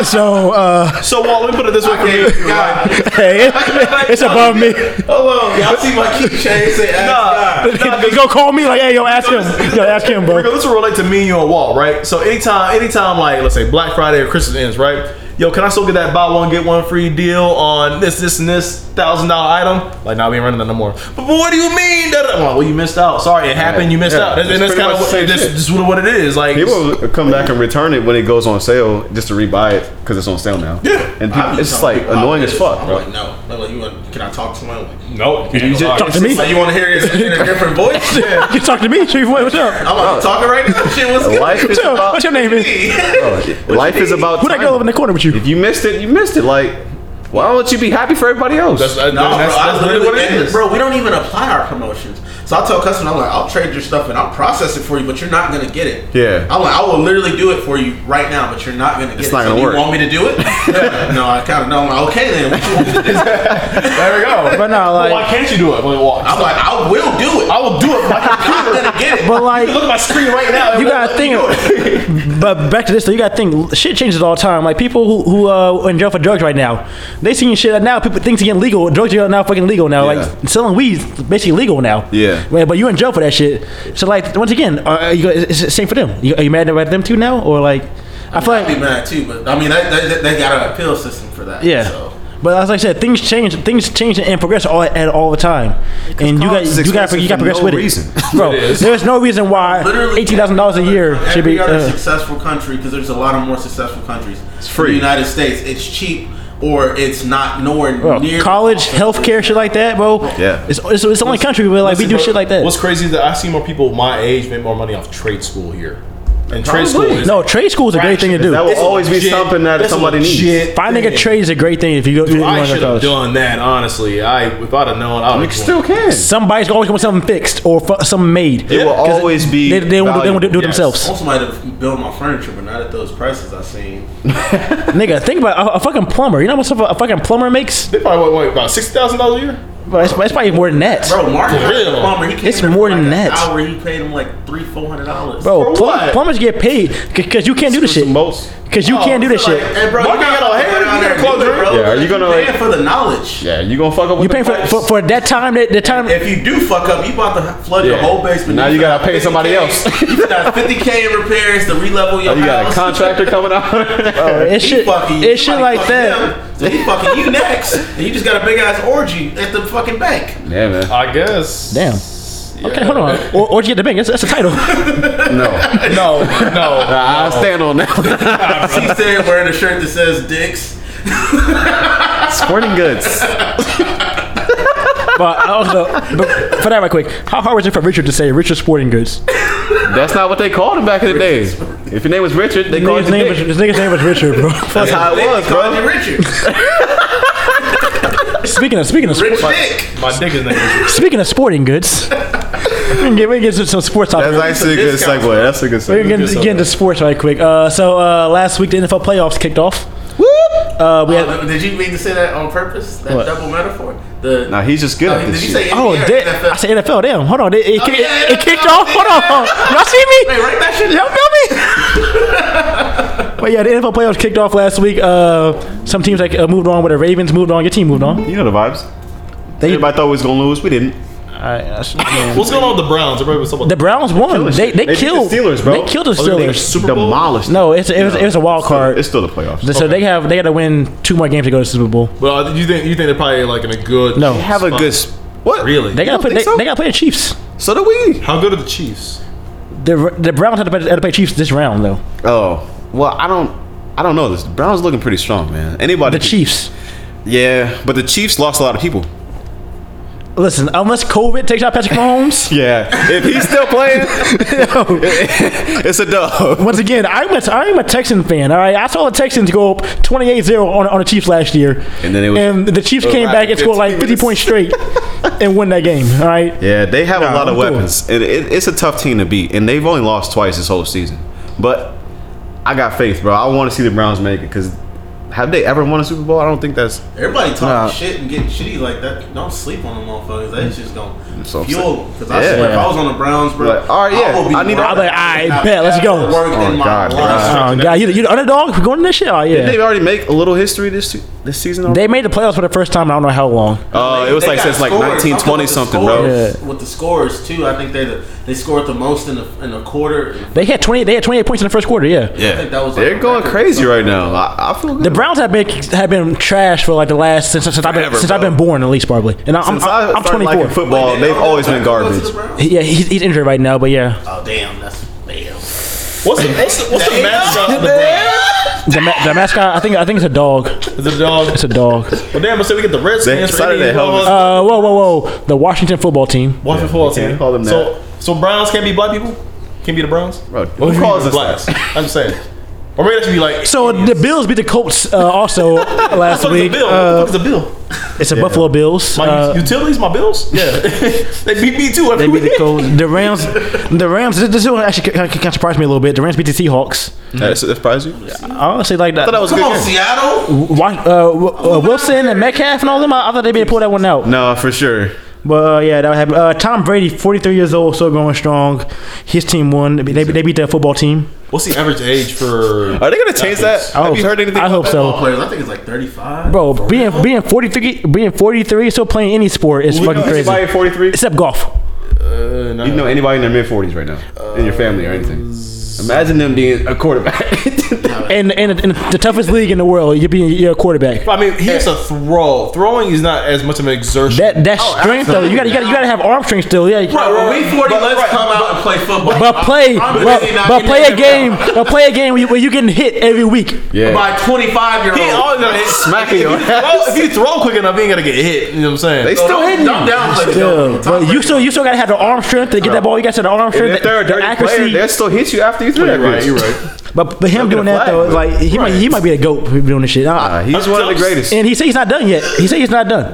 so uh, So, Wall, let me put it this way for you. Hey, God. hey, it- it's above me. Hello. Y'all see my keychain say, ask Nah, God. nah, Go call me like, hey, yo, ask him, yo, ask him, Rico, bro. this will relate to me and you and Walt, right? So anytime, anytime, like let's say Black Friday or Christmas ends, right? Yo, can I still get that buy one get one free deal on this, this, and this thousand dollar item? Like, now we ain't running that no more. But, but what do you mean? That I'm like, well, you missed out. Sorry, it happened. You missed Yeah, out. And, and it's that's pretty kind much of the what, same that's, shit. that's what it is. Like, People will come back and return it when it goes on sale just to rebuy it because it's on sale now. Yeah, and people, it's just like annoying as fuck, I'm bro. like, no. I'm like, you want, can I talk to someone? Like, no, you just- sorry. Talk to me. Like, Oh, you want to hear it in a different voice? Yeah. You talk to me, Chief. what- What's up? I'm like, talking right now. Shit, what's good? Life is What's your, about what's your name? Is? Oh, life is about. Who that girl timing. over in the corner with you? If you missed it, you missed it. Like, why don't you be happy for everybody else? That's, that- No, that's, bro, I that's literally what it and, is. Bro, we don't even apply our promotions. So I tell customers, I'm like, I'll trade your stuff and I'll process it for you, but you're not gonna get it. Yeah. I'm like, I will literally do it for you right now, but you're not gonna get It's it. not So gonna do work. You want me to do it? no, no, I kind of know. I'm like, okay then. What you want me to do? there we go. But no, like- why can't you do it? Like, Walt, I'm like, I will do it. I will do it. Like, I'm not gonna get it. But like, look at my screen right now. you gotta think. but back to this, though, you gotta think. Shit changes all the time. Like people who who uh, in jail for drugs right now, they seeing shit that now. People things are getting legal. Drugs are now fucking legal now. Yeah. Like selling weed's basically legal now. Yeah. Right, but you in jail for that shit. So like, once again, are you, it's the same for them. You, are you mad about them too now, or like? I feel I'd be like mad too, but I mean, that, that, that- they got an appeal system for that. yeah. So. But as I said, things change. Things change and progress all at all the time, and you got college is you got you expensive got for progress no with reason. it, bro. is. There's no reason why Literally, eighteen thousand dollars a year every should be. other uh, successful country because there's a lot of more successful countries. It's free. The United States, it's cheap. or it's not nowhere Bro, near college, healthcare, shit like that, bro. Yeah. It's it's, it's only country, but like we Listen, do bro, shit like that. What's crazy is that I see more people my age make more money off trade school here. And trade school is No, trade school is a great thing to That do. will always be legit- something that that's somebody needs. legit Finding a thing. trade is a great thing if you go if Dude, you I want to should have college. done that. Honestly, I if I'd have known, I would You have still can. Somebody's always going with something fixed or fu- something made. It will 'Cause always be. They, they don't, they don't do it valuable. Yes. themselves. Also, might have built my furniture, but not at those prices I seen. Nigga, think about a, a fucking plumber. You know how much a, a fucking plumber makes? They probably what, what about sixty thousand dollars a year? Bro, it's, it's probably more than that. Bro, Bro, Mark, For real? the plumber, he came It's there for more like than an that. Hour, he paid him like three, four hundred dollars. plum- plumbers get paid because you can't do the It's the shit. most. Because you can't do this shit. Hey, bro, Mark you ain't got got no all hair, hair you got on there, clothes, bro. right? Yeah, are you gonna, paying like- for the knowledge? Yeah, you gonna fuck up with You the paying for, price. for for that time that the time. If you do fuck up, you about to flood your Yeah. whole basement. Now you gotta got pay somebody 50K else. Oh, you got fifty k in repairs to relevel your you got a house. contractor coming out. Bro, it's He shit. fucking you, It's shit somebody like fucking that. him, so he fucking you next, and you just got a big ass orgy at the fucking bank. yeah, man. I guess. Damn. Okay, hold on. Or, orgy at the bank. That's, that's the title. No, No, no. I stand on that. She said wearing a shirt that says dicks. Sporting goods. but uh, also, but for that, right quick. How hard was it for Richard to say Richard Sporting Goods? That's not what they called him back in the day. If your name was Richard, they called Nigga's you name was, Dick. this nigga's name was Richard, bro. That's how it was, Call bro. you Richard. speaking of speaking of Rich sp- dick. My dick is naked. speaking of sporting goods, we can get, we can get some, some sports topics. That's actually a good segue. That's a good We're segue. gonna get, into sports right quick. Uh, so uh, last week the NFL playoffs kicked off. Uh, we had, Oh, did you mean to say that on purpose? That What? double metaphor? The Nah, he's just good Oh, at did this you shit. say NBA oh, or damn! NFL? I said NFL. Damn, hold on. It, it, kicked- Oh, yeah, it kicked NFL. off. Hold on. Y'all see me? Wait, write that shit Y'all feel down. me? but yeah, the NFL playoffs kicked off last week. Uh, some teams like uh, moved on. Where the Ravens moved on. Your team moved on. You know the vibes. They- Everybody thought we was gonna lose. We didn't. What's going on with the Browns? Everybody was talking The about Browns won. Killing They shit. they, They beat the killed Steelers, bro. They killed the Oh, they made Steelers. Super Bowl? Demolished. No, it's it was it was a wild card. It's still the playoffs. Oh, so they have they got to win two more games to go to the Super Bowl. Well, uh, you think you think they're probably like in a good? No. They have a spot. good. s- What Really? They got to don't play. think They, so? they got to play the Chiefs. So do we. How good are the Chiefs? The the Browns had to play, had to play Chiefs this round though. Oh well, I don't. I don't know. This the Browns looking pretty strong, man. Anybody? The Chiefs. Yeah, but the Chiefs lost a lot of people. Listen, unless COVID takes out Patrick Mahomes. Yeah, if he's still playing, it's a dub. Once again, I'm a, I'm a Texan fan. All right, I saw the Texans go up 28-0 on, on the Chiefs last year, And then it was- Oh, and the Chiefs came right, back and scored like 15 50 minutes. points straight and won that game. All right, Yeah, they have a Nah, lot of I'm cool. weapons. It, it, it's a tough team to beat, and they've only lost twice this whole season. But I got faith, bro. I want to see the Browns make it because have they ever won a Super Bowl? I don't think that's Everybody talking Nah. shit and getting shitty like that. Don't sleep on them motherfuckers. They just gonna So upset. fuel because I Yeah. swear if I was on the Browns, bro, Like, all right, yeah, I, would be I need to- working. I'll be like, all right, bet, let's go. Work Oh, in my God, life. Oh god, you you the underdog for going to this shit? Oh Did they yeah. already make a little history this this season? already? They made the playoffs for the first time. I don't know how long. Oh, it was They like got since like scores. 1920 I'm talking something, about bro. the Yeah. scores- With the scores too, I think they the, they scored the most in the in a quarter. They had twenty. They had twenty eight points in the first quarter. Yeah. Yeah, I think that was, like, they're a going record or crazy something. right now. I, I feel good. The Browns have been have been trash for like the last since since I've been Forever, since I've bro. been born at least probably. And I'm Since I I'm, I'm started twenty liking four. football, Wait, they they've all always been back to garbage. the Browns? Yeah, he's, he's injured right now, but yeah, Oh damn, that's damn. What's the what's the, what's the mascot of the Browns? the, ma- the mascot. I think I think it's a dog. Is it a dog? It's a dog. Well, damn, I said we get the Redskins. They for decided Indian to help football. us. Uh, whoa, whoa, whoa! The Washington football team. Washington football can't team. call them so, so Browns can't be black people. Can't be the Browns. Bro, Or who can calls be us blacks? that? I'm just saying. Or maybe that should be like. So the Bills beat the Colts uh, also last What the fuck is a week. bill? Uh, what the fuck is a bill? it's the Buffalo Bills. My Uh, ut- utilities, my bills. Yeah, they beat me too every They beat week. the Colts. The Rams. The Rams. This, this one actually kind of, kind of surprised me a little bit. The Rams beat the Seahawks. That surprised you? I I honestly like that. thought that was a Come good. on, game. Seattle. Wa- uh, w- uh, Wilson and Metcalf and all them. I, I thought they'd be able to pull that one out. Oh, No, for sure. But uh, yeah, that happened. Uh, Tom Brady, 43 years old, still going strong. His team won. They, they, they beat that football team. What's the average age for? Are they gonna change that? I Have hope- you heard anything? I hope Football so. players, I think it's like thirty-five. Bro, being being 43, being 43, still playing any sport is You know fucking crazy. anybody at 43? Except golf. Uh, no. You know anybody in their mid 40s right now? In your family or anything? Imagine them being a quarterback. And and in the toughest league in the world, you're being you're a quarterback. I mean, he's a throw. Throwing is not as much of an exertion. That that Oh, strength though, you gotta you gotta you gotta have arm strength still. Yeah. Bro, when we 40, But- let's right. come out and play football. But play, I'm but, busy not but getting play in a the game, but play a game where, you, where you're getting hit every week. yeah. By 25 year He ain't old. always gonna hit Smacking your Well, if you throw quick enough, you ain't gonna get hit. You know what I'm saying? They still hitting Don't you. downplay the Yeah, Dolphins. but you still you still gotta have the arm strength to get that ball. You gotta have the arm And strength, if they're the, a the dirty player, accuracy. they'll still hit you after you throw that You're right. pitch. You're right. But but him doing a that flag, though, but- like he might he might be a goat for doing this shit. I- Nah, he's one of the greatest. and he said he's not done yet. He said he's not done. I, I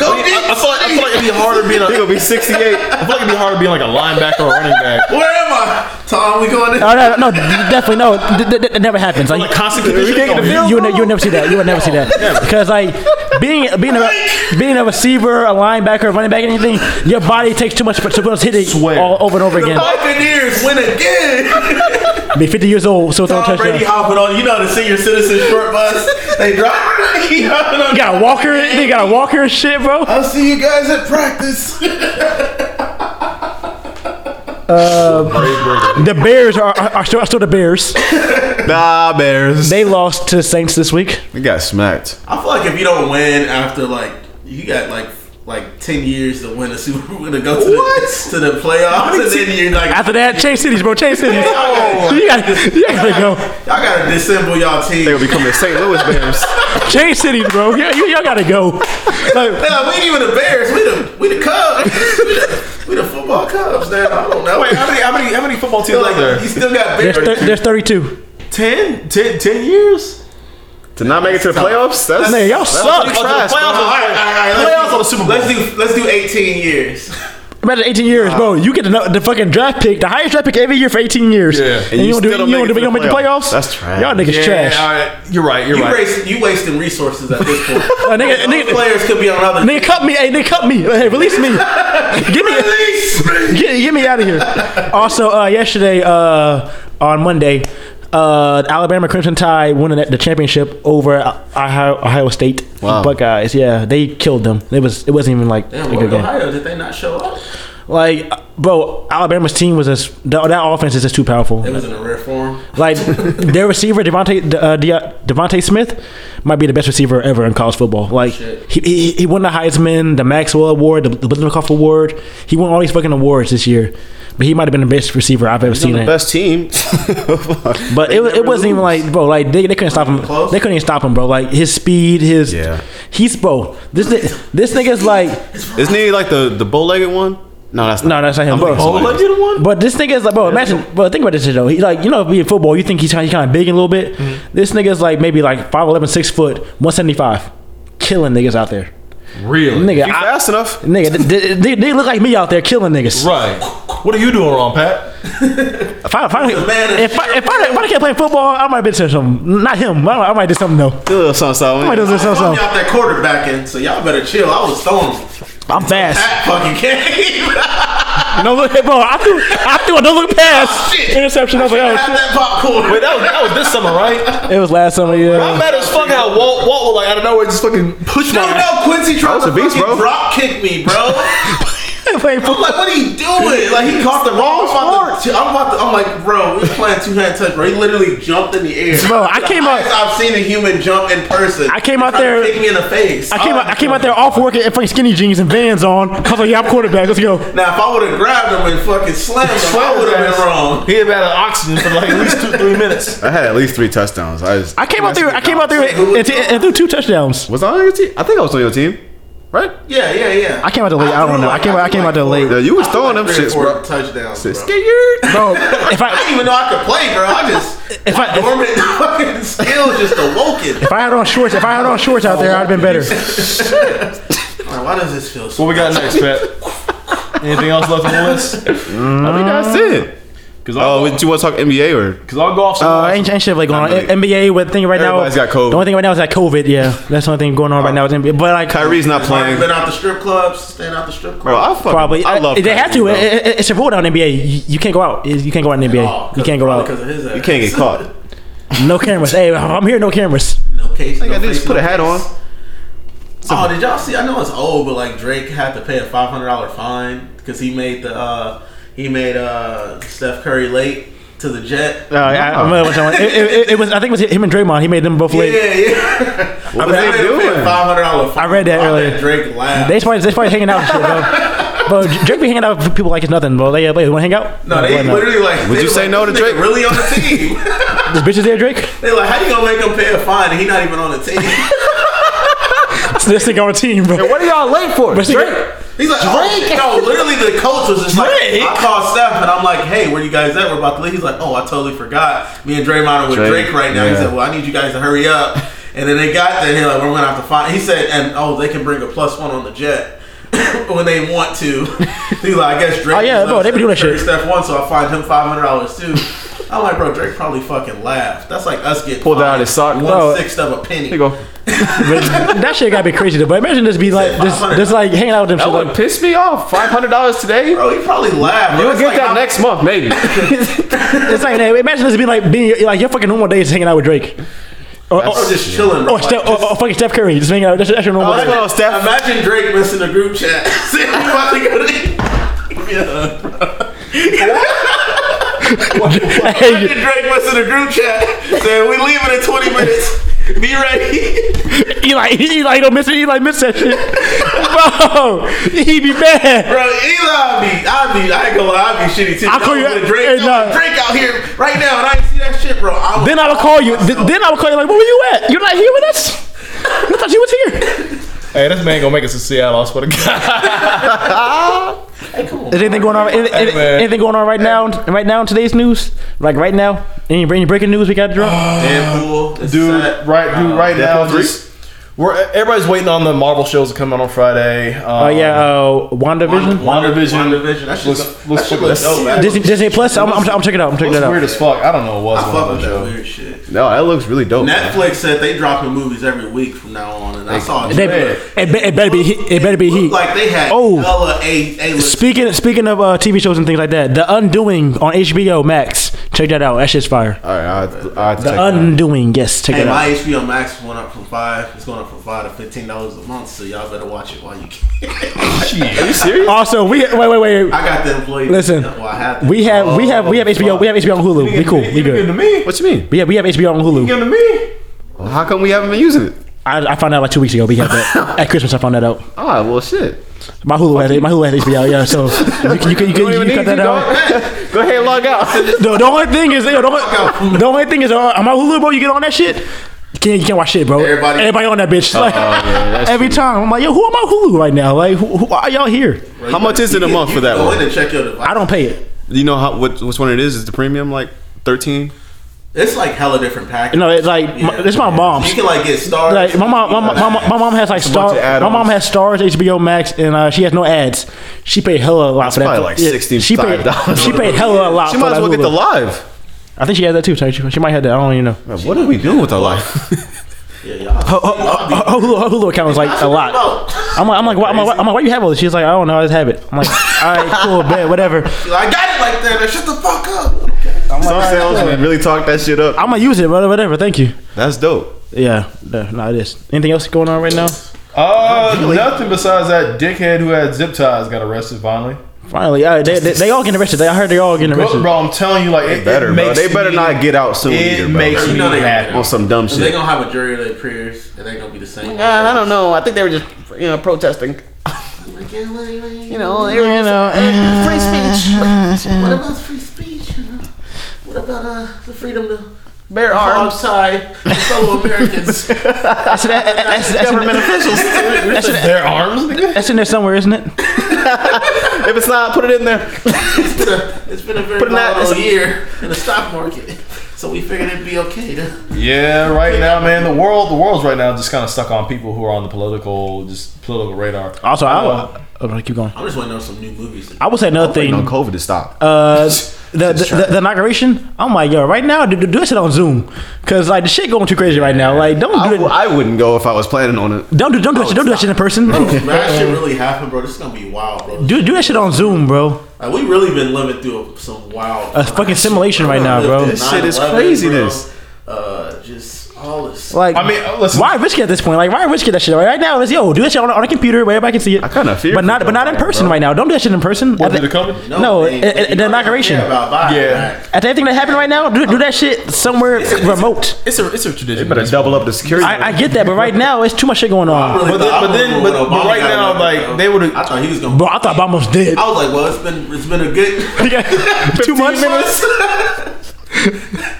feel like, I feel like it'd be harder being. A, He I gonna be 68. feel like it'd be harder being like a linebacker or a running back. Where am I? Tom, we going in? Oh no, no, definitely no. Th- th- th- That never happens. Like Like constant condition. you, you would ne- you would never see that. You would never see that because like being being a being a receiver, a linebacker, a running back, anything, your body takes too much for someone else hitting Swear. all over and over again. Buccaneers win again. Be 50 years old, so throw a Tom Brady touchdown. hopping on, you know, the senior citizen short bus. They drop. He hopping on. You got a walker. They got a walker and shit, bro. I'll see you guys at practice. The Bears are are, are still, are still the Bears. Nah, Bears. They lost to the Saints this week. They got smacked. I feel like if you don't win after like you got like like ten years to win a Super Bowl to go to the to the playoffs and then you're like After that, change cities, bro. Change cities. You got you gotta go. y'all gotta dissemble y'all team. They gonna become the St. Louis Bears. Change cities, bro. You, you, y'all gotta go. Like, Nah, we ain't even the Bears. We the we the Cubs. we, the, we the football Cubs now. I don't know. Wait, how many, how many, how many football teams Still are like, there? you still got there's, Bears. thir- there's 32. 10? 10, 10 years? to not make it to the playoffs? That's Man, y'all suck. pretty Oh, the trash, playoffs bro. are- let's Playoffs do- on the Super Bowl. Let's do let's do 18 years. Imagine 18 years, bro. You get the, no- the fucking draft pick, the highest draft pick every year for 18 years. Yeah. And, And you, you don't do, still you don't don't, make it do- to you don't the make the playoffs? playoffs? That's trash. Y'all niggas trash. all right. You're right. You're You, right. waste, you wasting resources at this point. Uh, nigga, Those nigga, players could be on other. nigga, cut me. Hey, nigga, cut me. Hey, release me. Give me. Get, get me out of here. Also, uh, yesterday, uh, on Monday, uh, Alabama Crimson Tide won the- the championship over uh, Ohio, Ohio State Wow. Buckeyes. Yeah, they killed them. It was it wasn't even like Damn, a good Ohio, game. did they not show up? Like, bro, Alabama's team was just that, that offense is just too powerful. It was in a rare form. Like their receiver Devonte uh, De, Devonte Smith might be the best receiver ever in college football. Like Shit. he, he he won the Heisman, the Maxwell Award, the, the Blitnikoff Award. He won all these fucking awards this year. But he might have been the best receiver I've ever seen. The it. best team. But it, wa- it never wasn't even like bro, like they, they couldn't stop him. Close. They couldn't even stop him, bro. Like his speed, his Yeah. he's bro. This ni- this nigga's like Isn't he like the, the bow legged one? No, that's no, that's not him. Bro. legged one? But this nigga is like, bro, imagine, bro, think about this shit though. He like, you know, being football, you think he's kind of, kind of big a little bit. This nigga's like maybe like 5'11, 6 foot, 175. Killing niggas out there. Really? Nigga, You I, fast enough? nigga th- th- they, they look like me out there killing niggas. Right. What are you doing wrong, Pat? If I, if I, if man I, is- if I, if I can't play football, I might have been doing something. Not him. I, I might do something though. Do a little something, I might do something. something. So, so. something. out that quarterbacking, so y'all better chill. I was throwing I'm fast. that fucking game. No look, bro. I threw, I threw a no look pass interception. I was like, oh Have that popcorn. Wait, that was, that was this summer, right? shit. It was last summer. I'm Yeah. mad as fuck how Walt, Walt was like out of nowhere just fucking push Dude, my no, Quincy tried was to a beast, bro. fucking drop kick me, bro. Playing I'm like, what are you doing? Like, he caught the wrong sport. I'm about to, I'm like, bro, we playing two hand touch, bro. He literally jumped in the air. Bro, I The came out- highest I've seen a human jump in person. I came He out tried to there- Kick me in the face. Uh, I came out, I came out there off work in fucking skinny jeans and Vans on. I was like, yeah, I'm quarterback. Let's go. Now, if I would have grabbed him and fucking slammed him, I would have been wrong. He had been out of oxygen for like at least two, three minutes. I had at least three touchdowns. I just I came out there. I came out there and, and, and threw two touchdowns. was I on your team? I think I was on your team. Right? Yeah, yeah, yeah. I came out there late. I threw don't know. I like- came out. I threw came out like there four- Yeah, late. you was I threw throwns them like three or shits, four bro. Touchdowns, bro. Scared. Bro, if I didn't I even know I could play, bro. I just If I- if- dormant fucking skills just awoken. if I had on shorts, if I had on shorts out there, I'd have been better. Like, why does this feel so? What we got next, Pat? Anything else left on the list? I think that's it. Because Oh, I'll, do you want to talk NBA or? because I'll go off some. Uh, ain't, ain't shit like going on. NBA with thing right now. Oh, Everybody's got COVID. The only thing right now is that COVID. Yeah, that's the only thing going on right now is NBA. But like Kyrie's not playing. Been out the strip clubs, staying out the strip Bro, I clubs. fucking, Probably. I love. They have to. Kyrie, eh, bro. It- it- it- it's a rule down in NBA. You, you can't go out. You can't go out in NBA. you can't go because Oh, out. of his ass. You can't get caught. No cameras. Hey, I'm here. No cameras. No case. All you no gotta do is face, put no a hat on. case. Oh, did y'all see? I know it's old, but like Drake had to pay a five hundred dollar fine because he made the uh, he made uh, Steph Curry late. to the jet? Uh, I, I remember which one. It, it, it- it was. I think it was him and Draymond. He made them both late. Yeah, yeah. What was they doing? Five hundred dollar. I read that earlier. Drake laughed. They probably they probably hanging out and shit, bro. Bro, J- Drake be hanging out with people like it's nothing, bro. They, they want to hang out? no, they why not? literally like. Would they you were say like, no to this nigga Drake? Really on the team? This bitch is there, Drake. they like, how you gonna make him pay a fine? and He not even on the team. this nigga on a team, bro. What are y'all late for? But she- He's like, Drake. no, literally the coach was just Drake? like, I called Steph and I'm like, hey, where you guys at? We're about to leave. He's like, oh, I totally forgot. Me and Draymond are with Drake, Drake, right now. He yeah. said, well, I need you guys to hurry up. And then they got there. He's like, we're gonna have to find. He said, and oh, they can bring a plus one on the jet. when they want to, he's like, I guess Drake. Oh, yeah, was bro, they be doing that upset shit. Steph won, so I find him five hundred dollars too. I'm like, bro, Drake probably fucking laughed. That's like us getting Pulled out fined his sock. one Bro. sixth of a penny. There you go. But that shit gotta be crazy, though. But imagine just be like, just, just like hanging out with them. That Shit, would like, piss me off. Five hundred dollars today. Bro, he probably laughed. bro. You'll It's get like that how- next month, maybe. it's like imagine just being like being like your fucking normal day is hanging out with Drake, or or, Or just chilling. Bro. or, Oh, Steph, Like, or, or fucking Steph Curry just hanging out. That's, that's your normal. Oh, day. that's- on, Steph. Imagine Drake missing a group chat. See, we about to go to- Give me a hug, bro. Hey, Imagine Drake missing a group chat. Saying we leaving in 20 minutes. Be ready. Eli, Eli don't miss it. Eli miss that shit, bro. He be mad. Bro, Eli, I'll be, I'll be, I ain't gonna lie, I'll be shitty too. I'll call I'm you with out- Drake, hey, I'm with nah. Drake out here right now, and I ain't see that shit, bro. I Then I would call you. Th- then I would call you like, where were you at? You're not here with us. I thought you was here. Hey, this man gonna make us to Seattle. I swear to God. Is anything going on? Any, any- man. anything going on right now? Right now in today's news, like right now, any, any breaking news we got to drop? Deadpool, it's dude, sad. right, dude, right now, Deadpool three? just, we're everybody's waiting on the Marvel shows to come out on Friday. Um, Oh yeah, uh, WandaVision. WandaVision. WandaVision, that shit's- Looks- looks that shit fucking- looks dope, man. Disney, Disney Plus. I'm, I'm, I'm checking it out. I'm checking Looks it weird out. as fuck. I don't know what was I going fuck on with with that that show. weird shit. No, that looks really dope. man. Netflix said they dropping movies every week from now on, and I saw a They, trailer. it, be- it better be. Heat. It better be Looked heat. Like they had Oh. hella A A list. Speaking speaking of uh, TV shows and things like that, The Undoing on HBO Max. Check that out. That shit's fire. All right, I have to, I have to The check that out. Undoing. Yes, check Hey, that my out. HBO Max went up from five. It's going up from five to fifteen dollars a month. So y'all better watch it while you can. Are you serious? Also, we wait wait wait. I got the employee. Listen, well, I have We have we have Oh, we have HBO we have HBO on Hulu. We cool. We Give good. it to me. What you mean? We have we have HBO on Hulu. Give it to me. Well, how come we haven't been using it? I, I found out like two weeks ago. We had that at Christmas. I found that out. Ah, well, shit. My Hulu had it. My Hulu had HBO. Yeah, so you can you can you, Don't can, even you need cut that you, out. dog. Go ahead, and log out. The, the only thing is, yo, the only, the only thing is, uh, on my Hulu, bro, you get on that shit. You can't, you can't watch shit, bro. Everybody- on that bitch. Like, Oh, yeah, that's every true. time, I'm like, yo, who am I Hulu right now? Like, who, who why are y'all here? How much is it a month for that Go one? in and check your device. I don't pay it. You know how what, which one it is? Is the premium like thirteen? It's like hella different packages. No, it's like my, it's my mom's. You can like get stars. Like my mom, my, my, my, my mom has like bunch star. of add-ons. My mom has stars, HBO Max, and uh, she has no ads. She paid hella a lot for that. probably like Yeah, She paid, $65 she paid hella a lot. She for might as that well get Hulu. the live. I think she had that too. Sorry, she, she might have that. I don't even know. Man, what are we doing with our life? Yeah, y'all. Her, her, her, her oh, Hulu, her Hulu account was like a lot. Oh. I'm like, I'm like, why, I'm like, I'm like, why you have all this? She's like, I don't know, I just have it. I'm like, all right, cool, bet, whatever. I got it like that. Now Shut the fuck up. Some salesmen really talk that shit up. I'm gonna use it, brother, whatever. Thank you. That's dope. Yeah, no, nah, it is. Anything else going on right now? Uh, nothing besides that dickhead who had zip ties got arrested finally. Finally, uh, they, they, they all getting arrested. They, I heard they all getting Bro, arrested. bro, I'm telling you, like it, it Better, bro. makes They better me- not get out soon. It either, bro. makes You me know they- happy. on some dumb They shit. gonna have a jury of their peers, and they gonna be the same. I don't know. I think they were just, you know, protesting. You know, they were You know, eh, free speech. What about free speech? What about uh, the freedom to Bear arms. outside fellow Americans? that's, that, that's, that's, government officials. That's, in- Their arms, nigga. that's in there somewhere, isn't it? If it's not, put it in there. It's been a- it's been a very Putting that- volatile it's- year in the stock market, so we figured it'd be okay to. Yeah, right now, man, the world, the world's right now just kind of stuck on people who are on the political, just political radar. Also, I Uh, will. Oh, no, keep going. I'm just wanting to know some new movies. I would say another thing. No COVID to stop. Uh, the, the, the, the inauguration, I'm like, yo, right now, do, do do that shit on Zoom, cause like the shit going too crazy right now. Like, don't I, do w- it. I wouldn't go if I was planning on it. Don't do don't do that shit. Don't do that shit in person. Bro, man, that shit really happened, bro. This is gonna be wild, bro. Do do that shit on Zoom, bro. Like, we really been living through some wild. A fucking simulation right now, bro. This shit is crazy, this. Uh, just all this. Like, I mean, uh, listen. why risky at this point? Like, why risky that shit? Like, right now, it's yo, do that shit on, on a computer where everybody can see it. I kinda fear but for not, Joe but not in Biden, person bro. right now. Don't do that shit in person. What, At the- did it come? no, at- at- at the inauguration. Yeah, about Biden. Yeah. right? At everything that happened right now, do, do that shit somewhere remote. It's a it's a tradition. Better double up the security. I, I get that, but right now, it's too much shit going I on. really But then- thought- I but then- remember but- when but Obama right got now, elected, like, though. they would've- I thought he was gonna. Bro, I thought Obama was dead. I was like, well, it's been it's been a good Two months.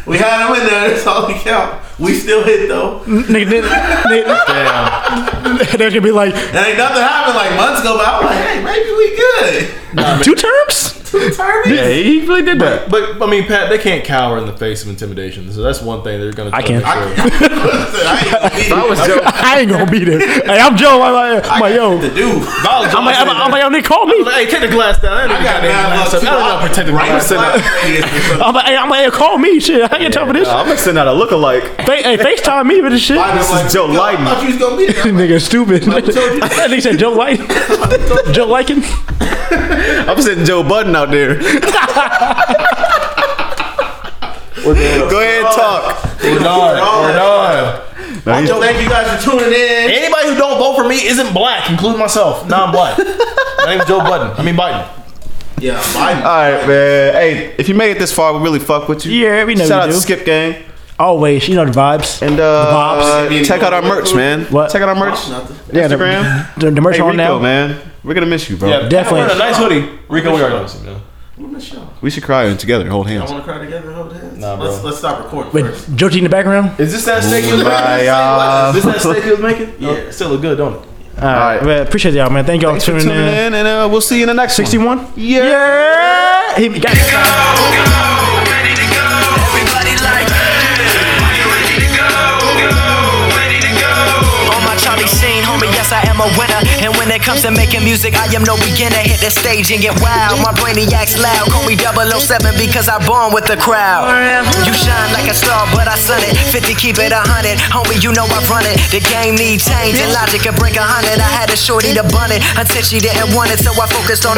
We had him in there. That's all we count. We still hit though. And Nigga, then- then- they're gonna be like ain't nothing happened. Like months go by. I'm like, hey, maybe we good. two terms. Terry? yeah, he really did that. But I mean, Pat, they can't cower in the face of intimidation. So that's one thing they're gonna. I try to can. make sure. I ain't I gonna was Joe. I ain't gonna be there. Hey, I'm Joe. I'm like, I'm like yo. be the dude. I'm like, I'm, I'm like, yo, they call me. hey, take the glass down. I ain't I even got goddamn mad glass up. love too. I don't know, protect the glass. I'm like, hey, I'm like, yo, call me. Shit, I ain't talking for this. I'm gonna send out a lookalike. Fa- hey, Facetime me with this shit. This is Joe I Lydon. thought you was gonna be there. I'm like, Nigga, stupid. That nigga said Joe Light. Joe Liken. I'm sending Joe Budden out there. Go ahead and talk. We're done. We're done. No, he's- Thank you guys for tuning in. Anybody who don't vote for me isn't black, including myself. Non-black. My name's Joe Budden. I mean Biden. Yeah, Biden. All right, man. Hey, if you made it this far, we really fuck with you. Yeah, we know Shout you out do. to Skip Gang Always, you know the vibes. and uh, The vibes. check out our merch, man. What? Check out our merch. Nothing. Yeah, the- Instagram. The, the merch Hey, on Rico, now. man. We're gonna miss you, bro. Yeah, Definitely. wearing a nice hoodie. Rico, we are going. Yeah. What miss y'all? We should cry and together hold hands. I want to cry together. Hold hands. Nah, bro. let's let's stop recording first. With Joji in the background. Is this that steak you was making? Kumbaya. Is this that steak you was making? Yeah. Yeah. it still look good, don't it? All right. right. Man, appreciate y'all, man. Thank y'all Thanks for for tuning tuning in. in, and uh, we'll see you in the next one. 61? Yeah. Yeah. He got it. On my Charlie Sheen, homie, yes, I am a winner. And when it comes to making music, I am no beginner. Hit the stage and get wild. My brainiac's loud. Call me 007 because I born with the crowd. You shine like a star, but I sun it. 50, keep it 100. Homie, you know I run it. The game need change and logic could break a 100. I had a shorty to bun it until she didn't want it, so I focused on the